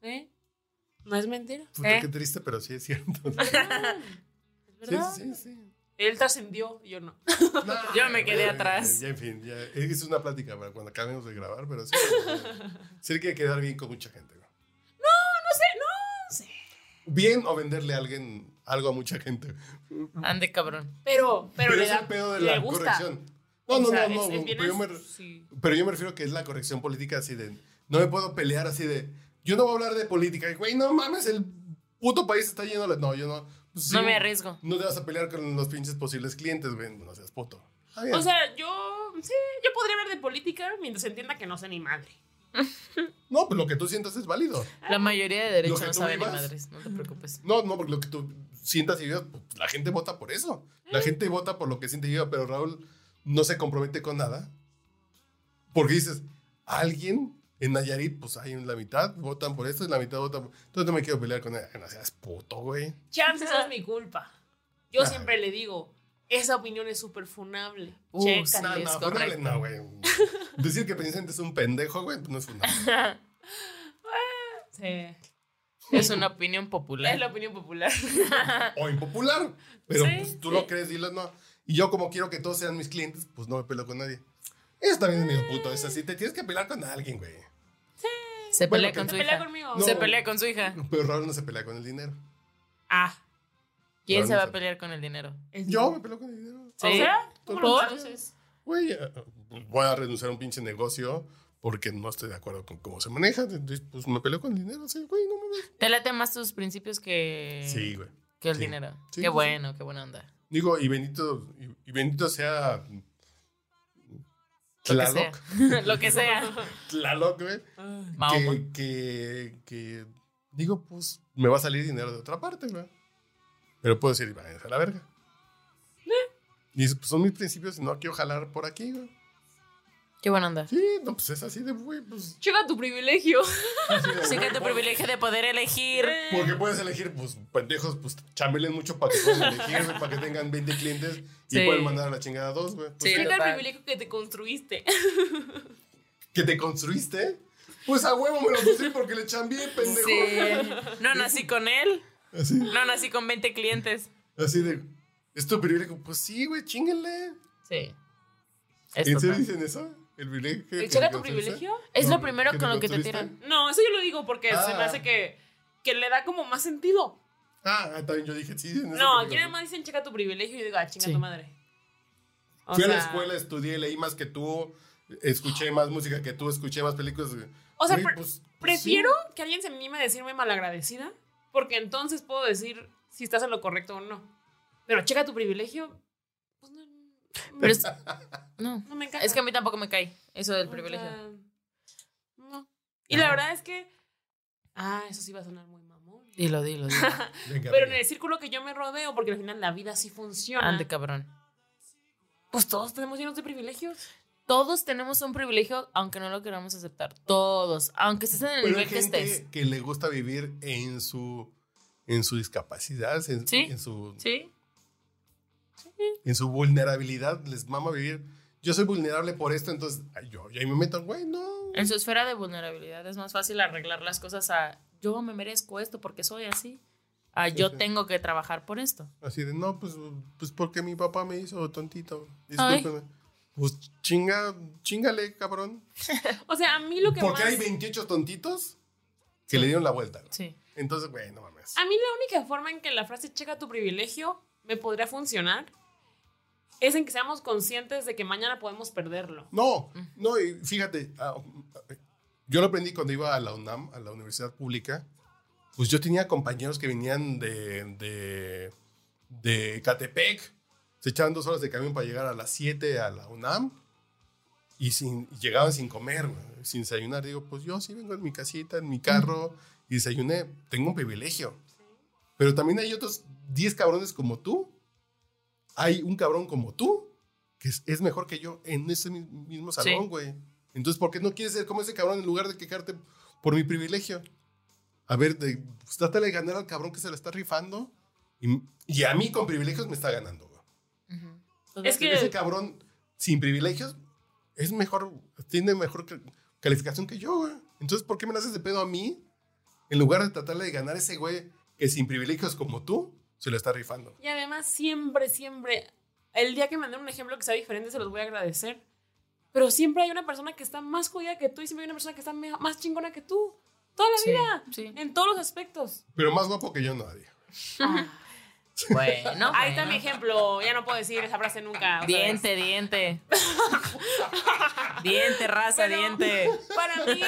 yo. ¿eh? No es mentira.
Puta,
¿Eh?
qué triste, pero sí es cierto.
¿Es
Sí,
verdad?
sí, sí.
Él trascendió, yo no.
No,
Yo me quedé
ya,
atrás.
Ya, en fin, ya. Es una plática para cuando acabemos de grabar, pero sí. sí hay que quedar bien con mucha gente, güey.
No sé, no.
Bien o venderle a alguien algo a mucha gente. güey.
Ande cabrón.
Pero, pero,
Pero
le
es
da-
el pedo de
le
la
gusta.
corrección. No, no,
O sea,
no, no.
es- es bien
pero, yo me,
es- sí.
pero yo me refiero que es la corrección política así de. No me puedo pelear así de. Yo no voy a hablar de política. Y, Güey, no mames, el puto país está lleno de. No, yo no. pues Sí,
No me arriesgo.
No te vas a pelear con los pinches posibles clientes, güey. No seas puto. Está bien.
O sea, yo sí, yo podría hablar de política mientras entienda que no sé ni madre.
no, pues lo que tú sientas es válido.
La mayoría de
Lo
derecha
Ah. que
no
tú
sabe ni
vivas.
madres, no te preocupes.
No, no, porque lo que tú sientas y vivas, pues, la gente vota por eso. La gente vota por lo que siente y vive, pero Raúl no se compromete con nada. Porque dices, alguien en Nayarit, pues hay la mitad votan por esto y la mitad votan por... Entonces no me quiero pelear con él. No seas puto, güey.
Chance, esa es mi culpa. Yo
Ah.
siempre le digo, esa opinión es súper funable.
Uh,
Chécale.
sí.
No,
es
no, funable
correcto.
no, güey. Decir que presidente es un pendejo, güey, pues no es funable.
Sí.
Es una opinión
Es
popular.
la opinión popular.
O impopular. Pero
Sí,
pues, tú lo crees, dilo, no. Y yo como quiero que todos sean mis clientes, pues no me peleo con nadie. Eso también es medio puto. Es así, te tienes que pelear con alguien, güey.
Se
Bueno,
pelea
que-
con
¿Se
su
pelea
hija.
conmigo?
No.
Se pelea con su hija.
Pero Raúl no se pelea con el dinero.
Ah.
¿Quién
Raúl
se
no
va
se-
a pelear con el dinero?
es
Yo
mi-
me peleo con el dinero.
Sí.
O sea, ¿tú
¿Por?
lo conoces?
Güey, eh, voy a renunciar a un pinche negocio porque no estoy de acuerdo con cómo se maneja. Entonces, pues me peleo con el dinero. Sí, güey, no mames.
Te late más tus principios que,
Sí, güey.
que el
sí.
dinero.
Sí, sí,
qué
sí.
bueno, qué buena onda.
Digo, y bendito, y, y bendito sea.
Lo que
Tlaloc.
sea. Lo que sea.
Tlaloc, güey.
Mahoma.
Que, que, que. Digo, pues me va a salir dinero de otra parte, güey. Pero puedo decir, váyanse a la verga.
Eh.
Y dices, pues son mis principios y no quiero jalar por aquí, güey.
Qué buena onda.
Sí, no, pues es así de, güey, pues.
Llega tu privilegio.
así de,
Sí
güey,
que tu
por-
privilegio de poder elegir.
Porque puedes elegir, pues, pendejos, pues, chambelen mucho para que puedan elegir, güey, para que tengan 20 clientes y
Sí.
pueden mandar a la chingada dos, güey. Pues,
Sí,
Llega el
total.
privilegio que te construiste.
Que te construiste, pues a huevo me lo puse porque le chambié, pendejo.
Sí. No nací con él.
Así,
No nací con 20 clientes.
así de, es tu privilegio. Pues sí, güey, chinguenle.
Sí. Es,
¿En serio
total.
dicen eso? ¿El privilegio? que-
¿El
que
checa
te
tu
construiste?
privilegio?
Es
No,
lo primero
¿que
con
te
lo que te
construiste?
tiran.
No, eso yo lo digo porque se me
Ah.
hace que, que le da como más sentido.
Ah, ah, también yo dije, sí, dicen eso.
No,
porque
aquí
lo-
nada más dicen checa tu privilegio y yo digo, ah, chinga
Sí.
tu madre. O
Fui a la
sea,
escuela, estudié, leí más que tú, escuché más música que tú, escuché más películas.
O sea,
Güey,
pre-
pues, pues, sí.
prefiero que alguien se anime a decirme malagradecida, porque entonces puedo decir si estás en lo correcto o no. Pero checa tu privilegio, pues no, no-
Pero es- No.
no me encanta.
Es que a mí tampoco me cae eso del
O
privilegio.
sea, no. Y la verdad es que, ah, eso sí va a sonar muy mamón.
Dilo, dilo, dilo.
Venga,
Pero en
venga.
el círculo que yo me rodeo, porque al final la vida sí funciona,
Ande, cabrón.
pues todos tenemos llenos de privilegios.
Todos tenemos un privilegio, aunque no lo queramos aceptar. Todos. Aunque estés en el
Pero hay
nivel que
gente
estés.
que le gusta vivir en su en su discapacidad, en,
Sí.
en su
Sí.
en su vulnerabilidad, les mama vivir. Yo soy vulnerable por esto, entonces ay, yo, yo ahí me meto, güey, no.
En su esfera de vulnerabilidad es más fácil arreglar las cosas a yo me merezco esto porque soy así. A yo
sí.
tengo que trabajar por esto.
Así de, no, pues, pues porque mi papá me hizo tontito. Discúlpeme. Pues chinga, chingale, cabrón.
O sea, a mí lo que
Porque
más...
hay 28 tontitos que le dieron la vuelta.
Sí.
Entonces, güey, no mames.
A mí la única forma en que la frase checa tu privilegio me podría funcionar es en que seamos conscientes de que mañana podemos perderlo.
No, no, y fíjate, ah, yo lo aprendí cuando iba a la UNAM, a la Universidad Pública. Pues yo tenía compañeros que venían de, de de Catepec. Se echaban dos horas de camión para llegar a las 7 a la UNAM y sin, y llegaban sin comer, güey, sin desayunar. Digo, pues yo sí vengo en mi casita, en mi carro y desayuné. Tengo un privilegio. Pero también hay otros 10 cabrones como tú. Hay un cabrón como tú que es, es mejor que yo en ese mi- mismo salón,
Sí.
güey. Entonces, ¿por qué no quieres ser como ese cabrón en lugar de quejarte por mi privilegio? A ver, de, pues, trátale de ganar al cabrón que se la está rifando. Y, y a mí con privilegios me está ganando, güey.
Es que-
Ese cabrón sin privilegios es mejor, tiene mejor cal- calificación que yo, güey. Entonces, ¿por qué me la haces de pedo a mí? En lugar de tratarle de ganar a ese güey que sin privilegios como tú se lo está rifando.
Y además, siempre, siempre, el día que me den un ejemplo que sea diferente, se los voy a agradecer. Pero siempre hay una persona que está más jodida que tú y siempre hay una persona que está me- más chingona que tú. Toda la
Sí,
vida. En todos los aspectos.
Pero más guapo que yo nadie.
Bueno,
Ahí está mi ejemplo. Ya no puedo decir esa frase nunca. otra vez.
Diente, diente. diente, raza,
Pero-
diente.
Para mí,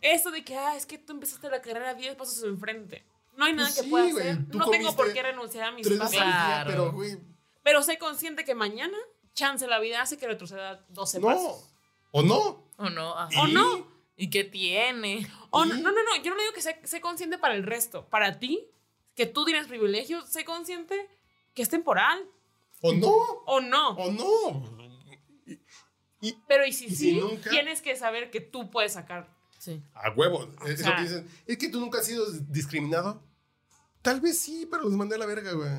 eso de que, ah, es que tú empezaste la carrera 10 pasos enfrente. No hay nada
Pues
que
sí,
pueda
güey,
hacer.
tú
No tengo por
comiste
qué renunciar a mis
Tres
pasos.
veces al día,
Claro.
pero güey,
Pero soy consciente que mañana, chance la vida hace que retroceda 12 pasos.
no. ¿O no?
¿O Oh, no? ajá.
¿O
Y-
no?
¿Y qué tiene?
O no, no, no, no, yo no le digo que sé, sé consciente para el resto. Para ti, que tú tienes privilegios, sé consciente que es temporal
¿O no?
o no.
¿O no?
Pero y si
¿Y si
sí,
nunca?
tienes que saber que tú puedes sacar.
Sí.
A huevo. Es
sea.
lo que dicen. Es que tú nunca has sido discriminado. Tal vez sí, pero los mandé a la verga, güey.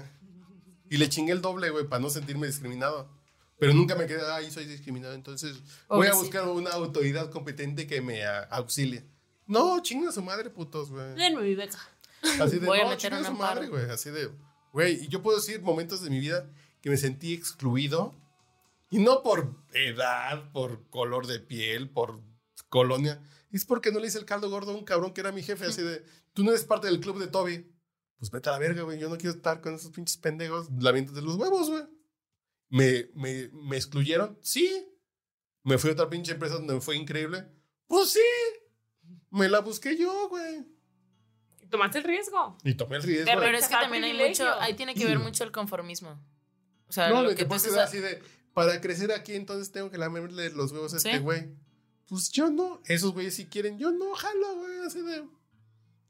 Y le chingué el doble, güey, para no sentirme discriminado. Pero nunca me quedé, ahí soy discriminado. Entonces voy a
Pobrecito.
buscar una autoridad competente que me a- auxilie. No, chinga a su madre, putos, güey.
Denme mi beca.
Así de,
Voy a
no,
meter
chinga a
un
su
amparo.
madre, güey. Así de, güey. Y yo puedo decir momentos de mi vida que me sentí excluido. Y no por edad, por color de piel, por colonia. Es porque no le hice el caldo gordo a un cabrón que era mi jefe, así de, tú no eres parte del club de Toby. Pues vete a la verga, güey, yo no quiero estar con esos pinches pendejos lamiéndote los huevos, güey. ¿Me, me, ¿Me excluyeron? Sí. ¿Me fui a otra pinche empresa donde me fue increíble? Pues sí. Me la busqué yo, güey.
Y Tomaste el riesgo.
Y tomé el riesgo.
De
de-
Pero es que
Rechazar
también hay
privilegio.
mucho, ahí tiene que ver mucho el conformismo. O sea,
No,
lo
de
que
que
tú
puedes
estás
ser así de, para crecer aquí entonces tengo que lamerle los huevos a este
Sí.
güey. Pues yo no, esos güeyes si quieren, yo no, jalo, güey, así de...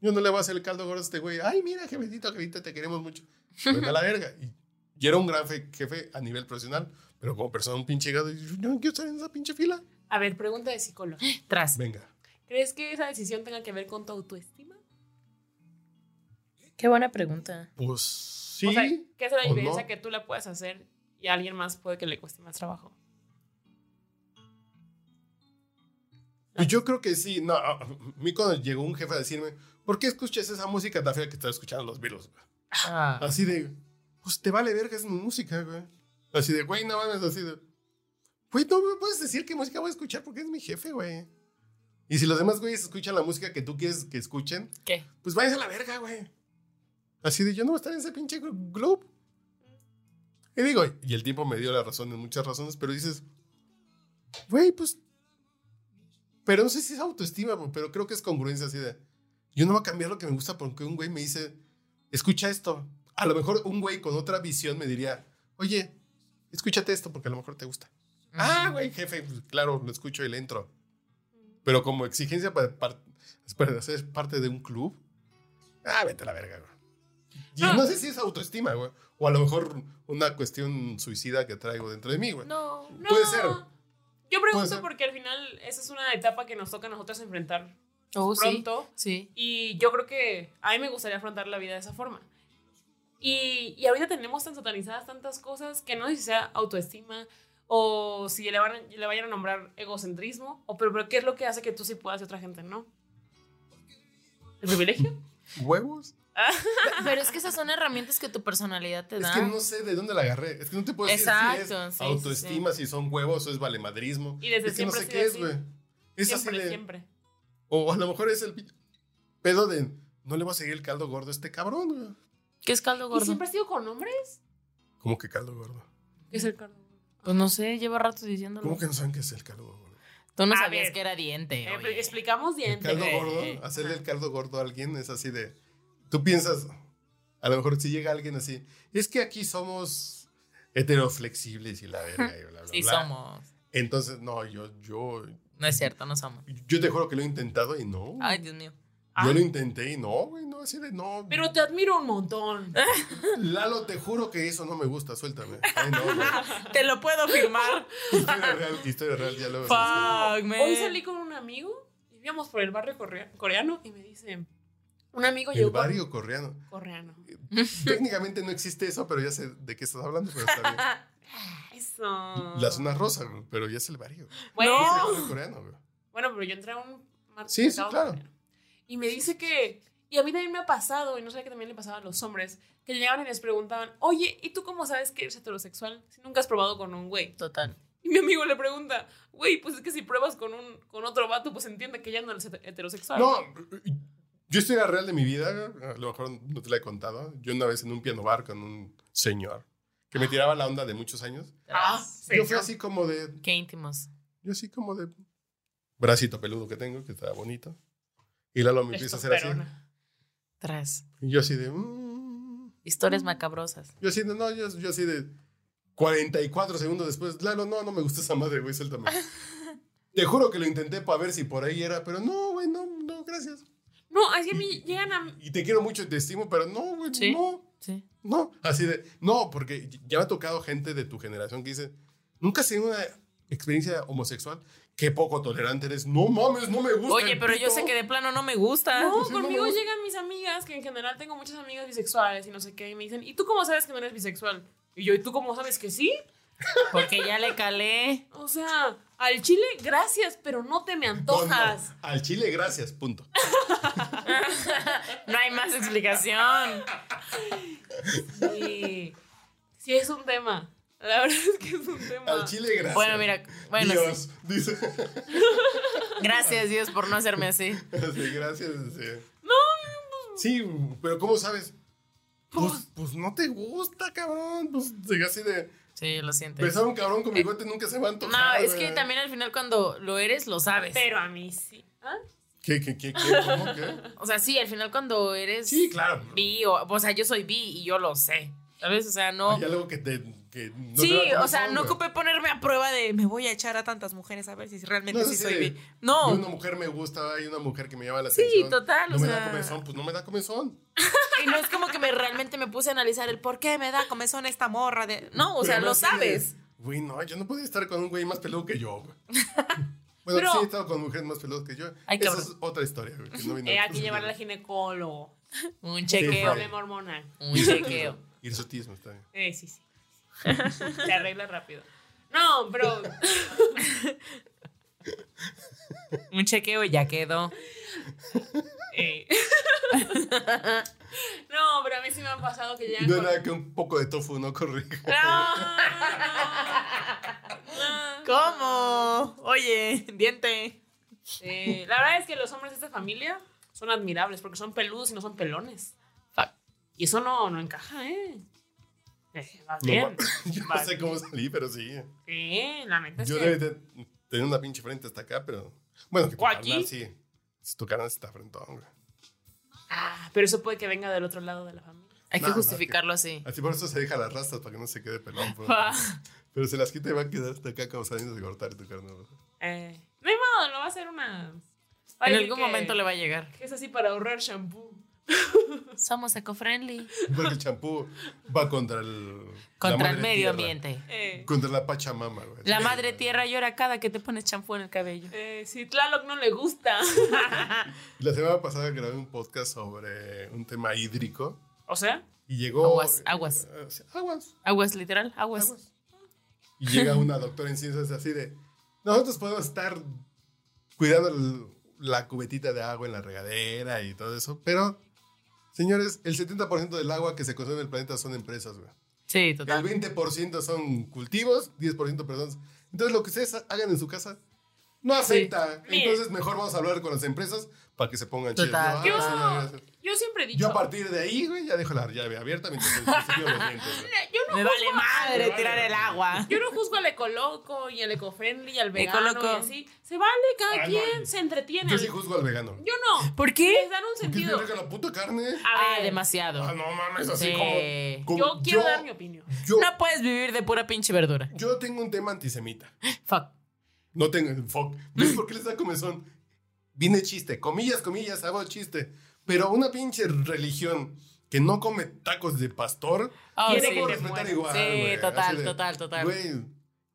Yo no le voy a hacer el caldo gordo a este güey. Ay, mira, jefecito, jefecita, te queremos mucho. Vete a la verga. Y, y era un gran fe- jefe a nivel profesional, pero como persona un pinche gado, y yo yo no quiero estar en esa pinche fila.
A ver, pregunta de psicólogo.
tras.
Venga.
¿Crees que esa decisión tenga que ver con tu autoestima?
Qué buena pregunta.
Pues sí.
O sea, ¿qué es la
o
diferencia
no.
que tú la puedes hacer y a alguien más puede que le cueste más trabajo?
Y yo creo que sí. No, a mí cuando llegó un jefe a decirme, ¿por qué escuchas esa música tan fea que estás escuchando los Beatles? güey?"
Ah,
Así de, pues te vale verga, es mi música, güey. Así de, güey, no mames, así de, güey, no me puedes decir qué música voy a escuchar porque es mi jefe, güey. Y si los demás güeyes escuchan la música que tú quieres que escuchen,
¿Qué?
pues váyanse a la verga, güey. Así de, yo no voy a estar en ese pinche gru- globe. Y digo, y el tiempo me dio la razón en muchas razones, pero dices, güey, pues. Pero no sé si es autoestima, güey, pero creo que es congruencia así de. Yo no voy a cambiar lo que me gusta porque un güey me dice, escucha esto. A lo mejor un güey con otra visión me diría, oye, escúchate esto porque a lo mejor te gusta. Ah, güey, jefe, pues, claro, lo escucho y le entro. Pero como exigencia para, par- para ser parte de un club, ah, vete a la verga, güey. Y
No.
no sé si es autoestima, güey. O a lo mejor una cuestión suicida que traigo dentro de mí, güey.
No.
No.
Puede ser.
Yo
Puede
pregunto
ser.
porque al final esa es una etapa que nos toca a nosotros enfrentar
Oh, sí.
pronto.
Sí.
Y yo creo que a mí me gustaría afrontar la vida de esa forma. Y, y ahorita tenemos tan satanizadas tantas cosas que no sé si sea autoestima o si le, van, le vayan a nombrar egocentrismo, o pero, pero ¿qué es lo que hace que tú sí puedas y otra gente no? ¿El privilegio?
¿Huevos?
Pero es que esas son herramientas que tu personalidad te
Es
da.
que no sé de dónde la agarré. Es que no te puedo decir si
Exacto,
es
sí, sí,
autoestima, si son huevos o es valemadrismo.
Y desde
es que no
siempre
sé
ha
qué
sido
es,
así.
güey. Es así
siempre,
de-
siempre.
O a lo mejor es el pi- pedo de no le voy a seguir el caldo gordo a este cabrón, güey.
¿Qué es caldo
¿Y
gordo?
siempre has sido con hombres?
¿Cómo que caldo gordo?
¿Qué es el cardo?
Pues no sé, lleva rato diciéndolo.
¿Cómo que no saben qué es el caldo gordo?
Tú no
A
sabías
ver.
que era diente.
Eh,
oye.
explicamos
El
dientes.
caldo
Eh,
gordo,
eh,
hacerle el caldo gordo a alguien es así de. Tú piensas, A lo mejor si llega alguien así, es que aquí somos heteroflexibles y la verga y bla, bla,
Sí,
bla".
somos.
Entonces, no, yo, yo,
No es cierto, no somos.
yo te juro que lo he intentado y no.
Ay, Dios mío.
Yo lo intenté y no, güey, no, así de no.
Pero te admiro un montón.
Lalo, te juro que eso no me gusta, suéltame. Ay, no, güey.
Te lo puedo firmar.
Historia real, historia real, ya luego. se los cuento.
Fuck, man.
Hoy salí con un amigo y íbamos por el barrio correa- coreano y me dice, un amigo
El
llegó
barrio coreano.
coreano.
Técnicamente no existe eso, pero ya sé de qué estás hablando, pero está bien.
Eso.
La zona rosa, güey, pero ya es el barrio.
Bueno,
Es el barrio coreano, güey.
bueno, pero yo entré a un mar-
Sí, sí,
mercado
claro.
coreano. Y me dice que, y a mí también me ha pasado, y no sé que también le pasaba a los hombres, que llegaban y les preguntaban, oye, ¿y tú cómo sabes que eres heterosexual si nunca has probado con un güey?
Total.
Y mi amigo le pregunta, güey, pues es que si pruebas con, un, con otro vato, pues entiende que ya no eres het- heterosexual.
No, yo historia real de mi vida, a lo mejor no te la he contado. Yo una vez en un piano bar con un señor que me tiraba la onda de muchos años.
Ah, sí.
Yo fui así como de,
Qué íntimos.
yo así como de bracito peludo que tengo, que estaba bonito. Y Lalo me empieza a hacer así.
Testosterona.
Tras.
Y yo así de, mm.
Historias macabrosas.
yo así de, no, yo, yo así de 44 segundos después, Lalo, no, no me gusta esa madre, güey, suéltame. Te juro que lo intenté para ver si por ahí era, pero no, güey, no, no, gracias.
No, así a mí llegan a...
Y te quiero mucho y te estimo, pero no, güey,
Sí.
no.
Sí.
No, así de, no, porque ya me ha tocado gente de tu generación que dice, nunca has tenido una experiencia homosexual, qué poco tolerante eres, no mames, no me gusta.
Oye,
el
pero yo
pito".
sé que de plano no me gusta.
No,
Ah, pues sí, no me
conmigo
gusta.
llegan mis amigas, que en general tengo muchas amigas bisexuales y no sé qué, y me dicen, ¿y tú cómo sabes que no eres bisexual? Y yo, ¿y tú cómo sabes que sí?
Porque ya le calé.
O sea, al chile, gracias, pero no te me
No, no,
antojas.
al chile, gracias, punto.
No hay más explicación.
Sí. Sí, es un tema. La verdad es que es un tema.
Al chile, gracias.
Bueno, mira, bueno,
Dios,
sí.
dice.
gracias Dios por no hacerme así.
Sí, gracias. No, Sí, pero ¿cómo sabes? Pues, pues no te gusta, cabrón. Pues sí, así de
Sí, lo siento.
besar a un cabrón con bigote nunca se va a
Eh, No,
antojar.
es que
güey.
también al final cuando lo eres, lo sabes.
Pero a mí sí. ¿Ah?
¿Qué, qué, qué, qué? ¿Cómo qué?
O sea, sí, al final cuando eres
Sí, claro.
bi, o, o sea, yo soy bi y yo lo sé. ¿Sabes? O sea, no.
Hay algo que te. que no te
sí,
va a
o sea,
corazón,
no
güey.
ocupé ponerme a prueba de me voy a echar a tantas mujeres a ver si realmente
No,
sí
sí.
soy bi.
Y
No,
Una mujer me gusta, hay una mujer que me llama la
Sí,
atención.
total,
No
o
me
sea.
da comezón, pues no me da comezón.
y no es como que me realmente me puse a analizar el por qué me da comezón esta morra de. No, o
Pero
sea,
no
lo
así de,
sabes.
Güey, no, yo no podía estar con un güey más peludo que yo, güey. Bueno,
Pero-
sí he estado con mujeres más peludas que yo.
Ay,
Esa
cabrón.
es otra historia, güey. que no pues vino
Eh,
al
hay que
caso.
llevarla al ginecólogo.
Un
Sí,
chequeo.
vale.
Problema hormonal.
Un chequeo.
Hirsutismo, está bien.
Eh, sí, sí. Se arregla rápido. No, pero
Un chequeo y ya quedó.
Ey. eh. no, pero a mí sí me ha pasado que llegan
No es
con-
nada que un poco de tofu no corrija.
Ah,
No, no, no.
¿Cómo? Oye, diente.
Sí, Eh, La verdad es que los hombres de esta familia son admirables porque son peludos y no son pelones. Y eso no, no encaja, ¿eh? Eh, Vas
No,
bien.
ma- yo no
Vas
sé cómo salí, pero sí.
Sí, la neta es
Yo
que-
debí de- tener una pinche frente hasta acá, pero. Bueno, que
¿O
para
aquí?
hablar, sí. Si tu cara está frentón, güey.
Ah, pero eso puede que venga del otro lado de la familia.
Hay
No,
que
no,
justificarlo así.
Así por eso se deja las rastas para que no se quede pelón. pues.
Pa.
Pero se las quita y va a quedar hasta acá causando de cortar tu carne. güey.
Eh, no hay modo, lo va a hacer una. va a
En
decir
algún
que-
momento le va a llegar.
Que es así para ahorrar shampoo.
Somos eco-friendly.
Porque el champú va contra el. la
Contra el
madre tierra.
medio ambiente.
Eh,
Contra la Pachamama, güey.
La
Sí,
madre
güey.
tierra llora cada que te pones champú en el cabello.
eh, si Tlaloc no le gusta.
La semana pasada grabé un podcast sobre un tema hídrico
o sea,
y llegó.
Aguas, aguas.
eh, Aguas.
Aguas, literal, aguas.
Y llega una doctora en ciencias así de, nosotros podemos estar cuidando el- la cubetita de agua en la regadera y todo eso, pero, señores, el 70% del agua que se consume en el planeta son empresas, güey.
Sí,
El
total.
20% son cultivos, 10% personas. Entonces, lo que ustedes hagan en su casa No
Sí.
acepta.
Mire.
Entonces, mejor vamos a hablar con las empresas para que se pongan chidas.
Total.
No,
Yo-
gracias, no, gracias.
Yo siempre he dicho.
Yo a partir de ahí, güey, ya dejo la llave abierta mientras me cepillo los dientes. güey.
"Eh, Yo no
Me
juzgo
vale
a-
madre
Me vale.
tirar el agua.
Yo no juzgo al ecoloco y al ecofriendly y al vegano
Ecoloco.
y así. Se vale, cada
Ah, no.
quien se entretiene.
Yo sí juzgo al vegano.
Yo no.
¿Por qué?
Les dan un
¿Qué
sentido.
verga la puta carne?
A
Ah,
ver,
demasiado.
Ah, no mames, así
Sí.
como, como-
yo quiero dar mi opinión.
yo-
No puedes vivir de pura pinche verdura.
yo tengo un tema antisemita.
Fuck.
No tengo. Fuck. ¿Ves por qué les da comezón? Viene chiste. Comillas, comillas, hago chiste. Pero una pinche religión que no come tacos de pastor. no
Oh, sí,
puedo
te
respetar
mueres.
igual.
Sí,
Ah, güey.
total,
Así de,
total, total.
Güey.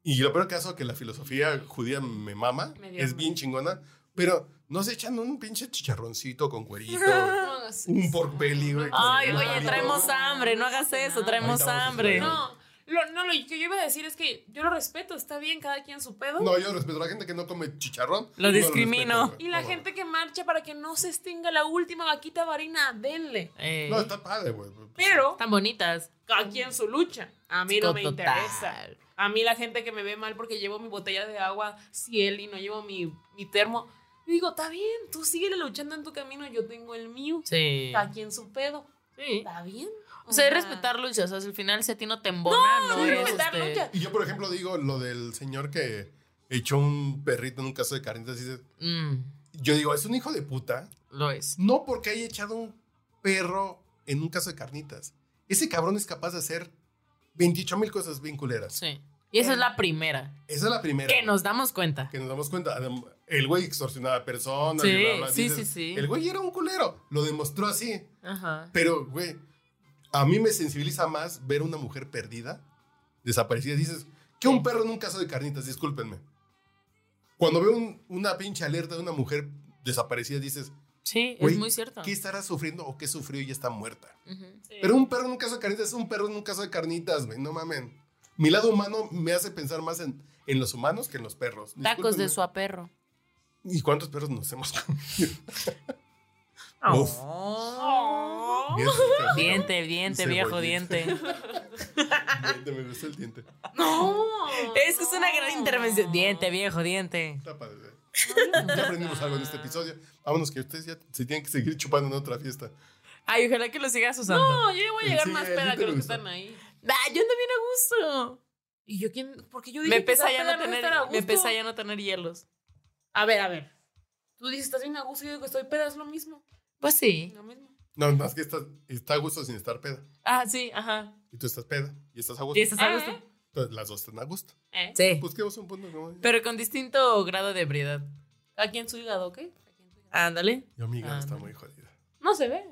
Y lo peor caso que la filosofía judía me mama.
Me dio
es
hambre.
bien chingona. Pero no se echan un pinche chicharroncito con cuerito.
No, sí.
un pork belly, güey. con
Ay,
un
oye,
palito.
traemos hambre. No hagas eso, traemos
Ahorita vamos a
hambre.
cenar.
No, lo, no, lo que yo iba a decir es que yo lo respeto, está bien, cada quien su pedo.
No, yo respeto a la gente que no come chicharrón.
Lo
no
discrimino.
respeto, güey.
y la
No,
gente que marcha para que no se extinga la última vaquita varina, denle.
Eh,
No, está padre, güey.
Pero
Tan bonitas.
cada quien su lucha. A mí no me
Total.
interesa. A mí la gente que me ve mal porque llevo mi botella de agua ciel y no llevo mi, mi termo. Yo digo, está bien, tú sigue luchando en tu camino, yo tengo el mío.
Sí.
Cada quien su pedo.
Sí.
Está bien.
O sea, es
Ajá.
respetar luchas. O sea, al final, si a ti no te embona, no,
No,
eres,
respetar
este,
lucha.
Y yo, por ejemplo, digo lo del señor que echó un perrito en un caso de carnitas. y dice-
mm,
Yo digo, es un hijo de puta.
lo es.
No porque haya echado un perro en un caso de carnitas. Ese cabrón es capaz de hacer 28 mil cosas bien culeras.
Sí. Y esa es la primera.
Esa es la primera.
Que nos damos cuenta.
que nos damos cuenta. Adam, El güey extorsionaba a personas.
Sí,
y bla, bla,
sí, sí, sí.
El güey era un culero. Lo demostró así.
Ajá.
Pero, güey, a mí me sensibiliza más ver una mujer perdida, desaparecida. Dices, que un perro en un caso de carnitas, discúlpenme. Cuando veo un- una pinche alerta de una mujer desaparecida, dices,
Sí,
Güey,
es muy cierto.
¿qué estará sufriendo o qué sufrió y ya está muerta?
Ujú.
Pero un perro en un caso de carnitas es un perro en un caso de carnitas, güey, no mamen. Mi lado humano me hace pensar más en, en los humanos que en los perros.
Tacos de
Discúlpenme.
su perro.
¿Y cuántos perros nos hemos comido? Uf.
Oh.
Bien rico.
Diente, diente, viejo
Cebollita.
diente.
Diente, me gusta el diente.
No.
Esa es una
no.
gran intervención. Diente, viejo, diente.
Está padre, güey. Ya aprendimos algo en
Ah.
este episodio. Vámonos, que ustedes ya se tienen que seguir chupando en otra fiesta.
Ay, ojalá que lo sigas usando.
No, yo voy a llegar
Sí,
más
a ti
peda
te
que los que
gusta.
están ahí.
Ah, yo ando bien a gusto.
¿Y yo quién? Porque yo dije
Me
que
pesa,
estar
ya
peda
no
es
tener,
estar a
me
gusto.
pesa ya no tener hielos.
A ver, a ver. Tú dices, estás bien a gusto, yo digo que estoy peda, es lo mismo.
Pues sí.
Lo mismo.
No, más que estás, está a gusto sin estar peda.
Ah, sí, ajá.
Y tú estás peda y estás a gusto.
Y estás a
Eh,
gusto.
Entonces, las dos están a gusto. Pues,
eh.
Sí.
Busquemos un punto común.
Pero con distinto grado de ebriedad.
Aquí en su hígado, ¿ok? Aquí en su hígado.
Ándale.
Mi amiga
Ah,
está
no.
muy jodida.
No se ve.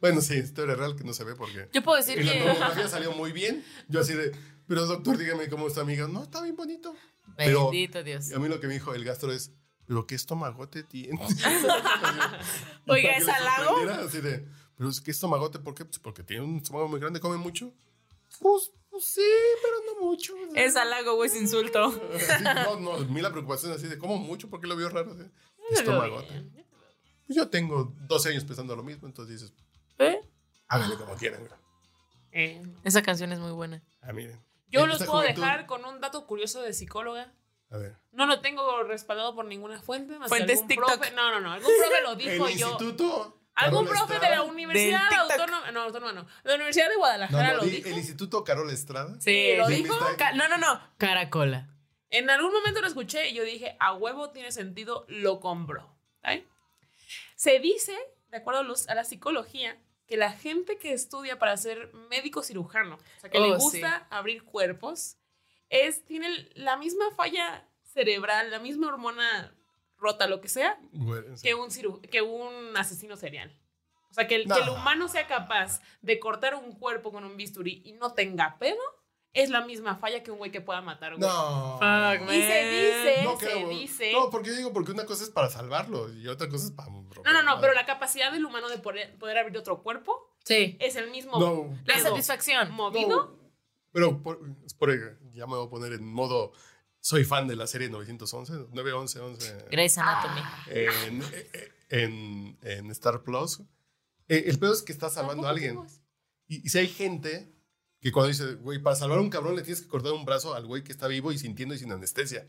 bueno, sí, historia real que no se ve porque.
Yo puedo decir
En la
que.
tomografía salió muy bien. Yo así de, pero doctor, dígame cómo está mi hígado. No, está bien bonito. pero-
Bendito Dios.
Y a mí lo que me dijo el gastro es, pero qué estomagote tienes.
Oiga,
Para que
¿es
me
halago?
sorprendiera, Así de, pero es que estomagote, ¿por qué? Pues porque tiene un estómago muy grande, come mucho. Pues, pues sí, pero no mucho.
Es halago o es insulto.
Sí, no, no, a mí la preocupación es así de, ¿cómo mucho? ¿Por qué lo veo raro? Así, estomagote. Pues yo tengo 12 años pensando lo mismo, entonces dices,
¿Eh?
háganle como quieran. güey.
Eh,
Esa canción es muy buena.
Ah, miren.
Yo
Esta
los puedo
juventud-
dejar con un dato curioso de psicóloga.
A ver.
No lo tengo respaldado por ninguna fuente. Más que
Fuentes
algún
TikTok.
profe- No, no, no. Algún profe lo dijo
el
y yo.
instituto.
Algún
Carola
profe de
Estrada-
la Universidad
TikTok.
Autónoma. No, Autónoma no. La Universidad de
No,
Guadalajara
no,
lo
di-
dijo.
el instituto Carol Estrada.
Sí.
¿Lo
Sí,
dijo?
está-
Ca- No, no, no. Caracola.
En algún momento lo escuché y yo dije, a huevo tiene sentido, lo compro. ¿Saben? Se dice, de acuerdo a, los- a la psicología, que la gente que estudia para ser médico cirujano, o sea, que le
Oh, sí.
gusta abrir cuerpos, es, tiene la misma falla cerebral, la misma hormona rota, lo que sea,
Güey, sí.
que un, ciru- que un asesino serial. O sea, que el,
No.
que el humano sea capaz de cortar un cuerpo con un bisturí y no tenga pedo, es la misma falla que un güey que pueda matar a un güey.
No.
Fuck,
Y se dice,
No
se
creo.
dice.
No, porque yo digo, porque una cosa es para salvarlo y otra cosa es para.
No, no, no, pero la capacidad del humano de poder, poder abrir otro cuerpo
Sí.
es el mismo
No.
La
Pero-
satisfacción.
movido.
no. Pero por, es por- ya me voy a poner en modo. Soy fan de la serie 911, 911, 11.
Grey's Anatomy.
En, en, en Star Plus. Eh, El peor es que está salvando a alguien. Y, y si hay gente que cuando dice, güey, para salvar a un cabrón le tienes que cortar un brazo al güey que está vivo y sintiendo y sin anestesia.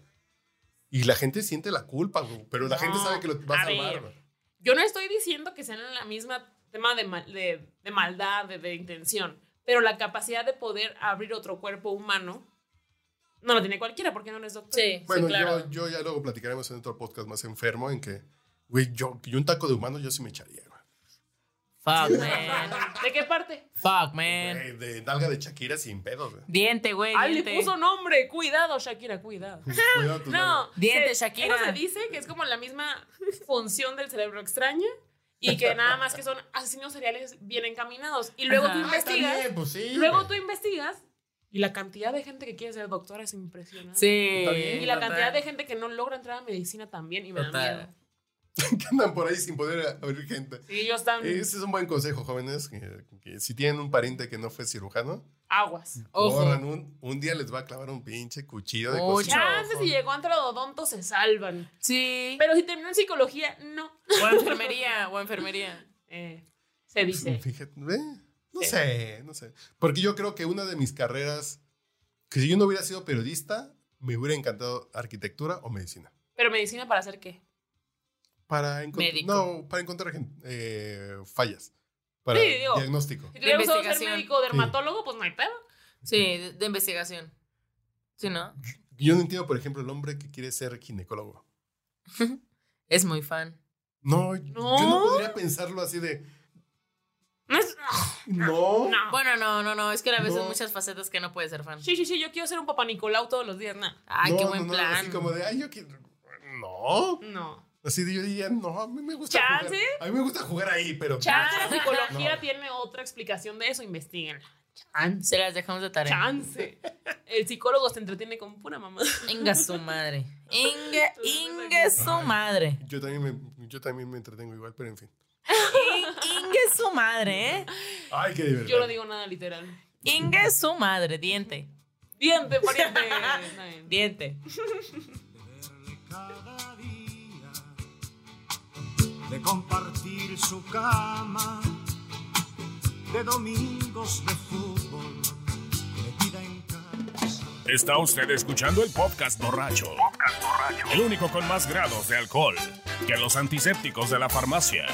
Y la gente siente la culpa, güey, pero la gente
No,
sabe que lo vas a,
a ver.
armar, güey.
Yo no estoy diciendo que sean la misma tema de, mal- de, de maldad, de, de intención, pero la capacidad de poder abrir otro cuerpo humano no lo tiene cualquiera porque no eres doctor. Sí,
Bueno, yo, yo ya luego platicaremos en otro podcast más enfermo en que, güey, yo, yo un taco de humano yo sí me echaría, güey.
Fuck, man.
¿De qué parte? Eh.
Fuck, man.
Güey, de nalga de Shakira sin pedos, güey.
Diente, güey.
Ay, Ah, le
diente.
puso nombre. Cuidado, Shakira, cuidado.
Pues, Cuidado tus
No,
Diente,
se-
Shakira.
Eso se dice que es como la misma función del cerebro extraña y que nada más que son asesinos seriales bien encaminados. Y luego
Ajá.
tú
Ah, está
investigas.
bien, pues sí,
luego
güey.
tú investigas y la cantidad de gente que quiere ser doctora es impresionante.
Sí.
Está
Eh,
bien.
Y la
total.
cantidad de gente que no logra entrar a medicina también y me da
Total.
miedo.
que andan por ahí sin poder abrir gente.
Sí, ellos están
Ese es un buen consejo, jóvenes, que, que si tienen un pariente que no fue cirujano,
aguas.
Ojo.
corran un, un día les va a clavar un pinche cuchillo de
Mucho.
cocina.
Ya antes si llegó ante el odonto se salvan.
Sí.
Pero si terminó en psicología, no.
O enfermería, o enfermería.
Eh, se dice.
Fíjate, ¿ve? no sé, no sé. Porque yo creo que una de mis carreras, que si yo no hubiera sido periodista, me hubiera encantado arquitectura o medicina.
Pero medicina para hacer qué?
Para encontrar,
Médico.
no, para encontrar gen- eh, fallas. Para
Sí, digo.
diagnóstico.
Si tuviéramos que ser
investigación.
médico o dermatólogo, pues no hay pedo.
Sí, de, de investigación. Sí, ¿no?
Yo no entiendo, por ejemplo, el hombre que quiere ser ginecólogo.
Es muy fan.
No,
No.
yo no podría pensarlo así de.
No es-
No.
No.
Bueno, no, no, no. Es que a veces
No.
muchas facetas que no puede ser fan.
Ah. Sí, sí, sí, yo quiero ser un papá Nicolau todos los días, nah.
Ay,
no,
qué
no,
buen
no,
plan.
Así como de, ay, yo quiero. No.
No.
Así de yo diría, no, a mí me gusta.
Chance.
Jugar. A mí me gusta jugar ahí, pero.
Chance, psicología
No.
tiene otra explicación de eso, investiguenla.
Se las dejamos de tarea.
Chance. El psicólogo se entretiene con pura mamá.
Inga su madre. Inga, inga su madre.
Yo también, me, yo también me entretengo igual, pero en fin.
In- Inga su madre, ¿eh?
Ay, qué divertido.
Yo no digo nada literal.
Inga su madre. Diente.
Diente, pariente. Está bien.
Diente.
de compartir su cama, de domingos de fútbol, de vida en casa.
Está usted escuchando el podcast borracho. El único con más grados de alcohol que los antisépticos de la farmacia.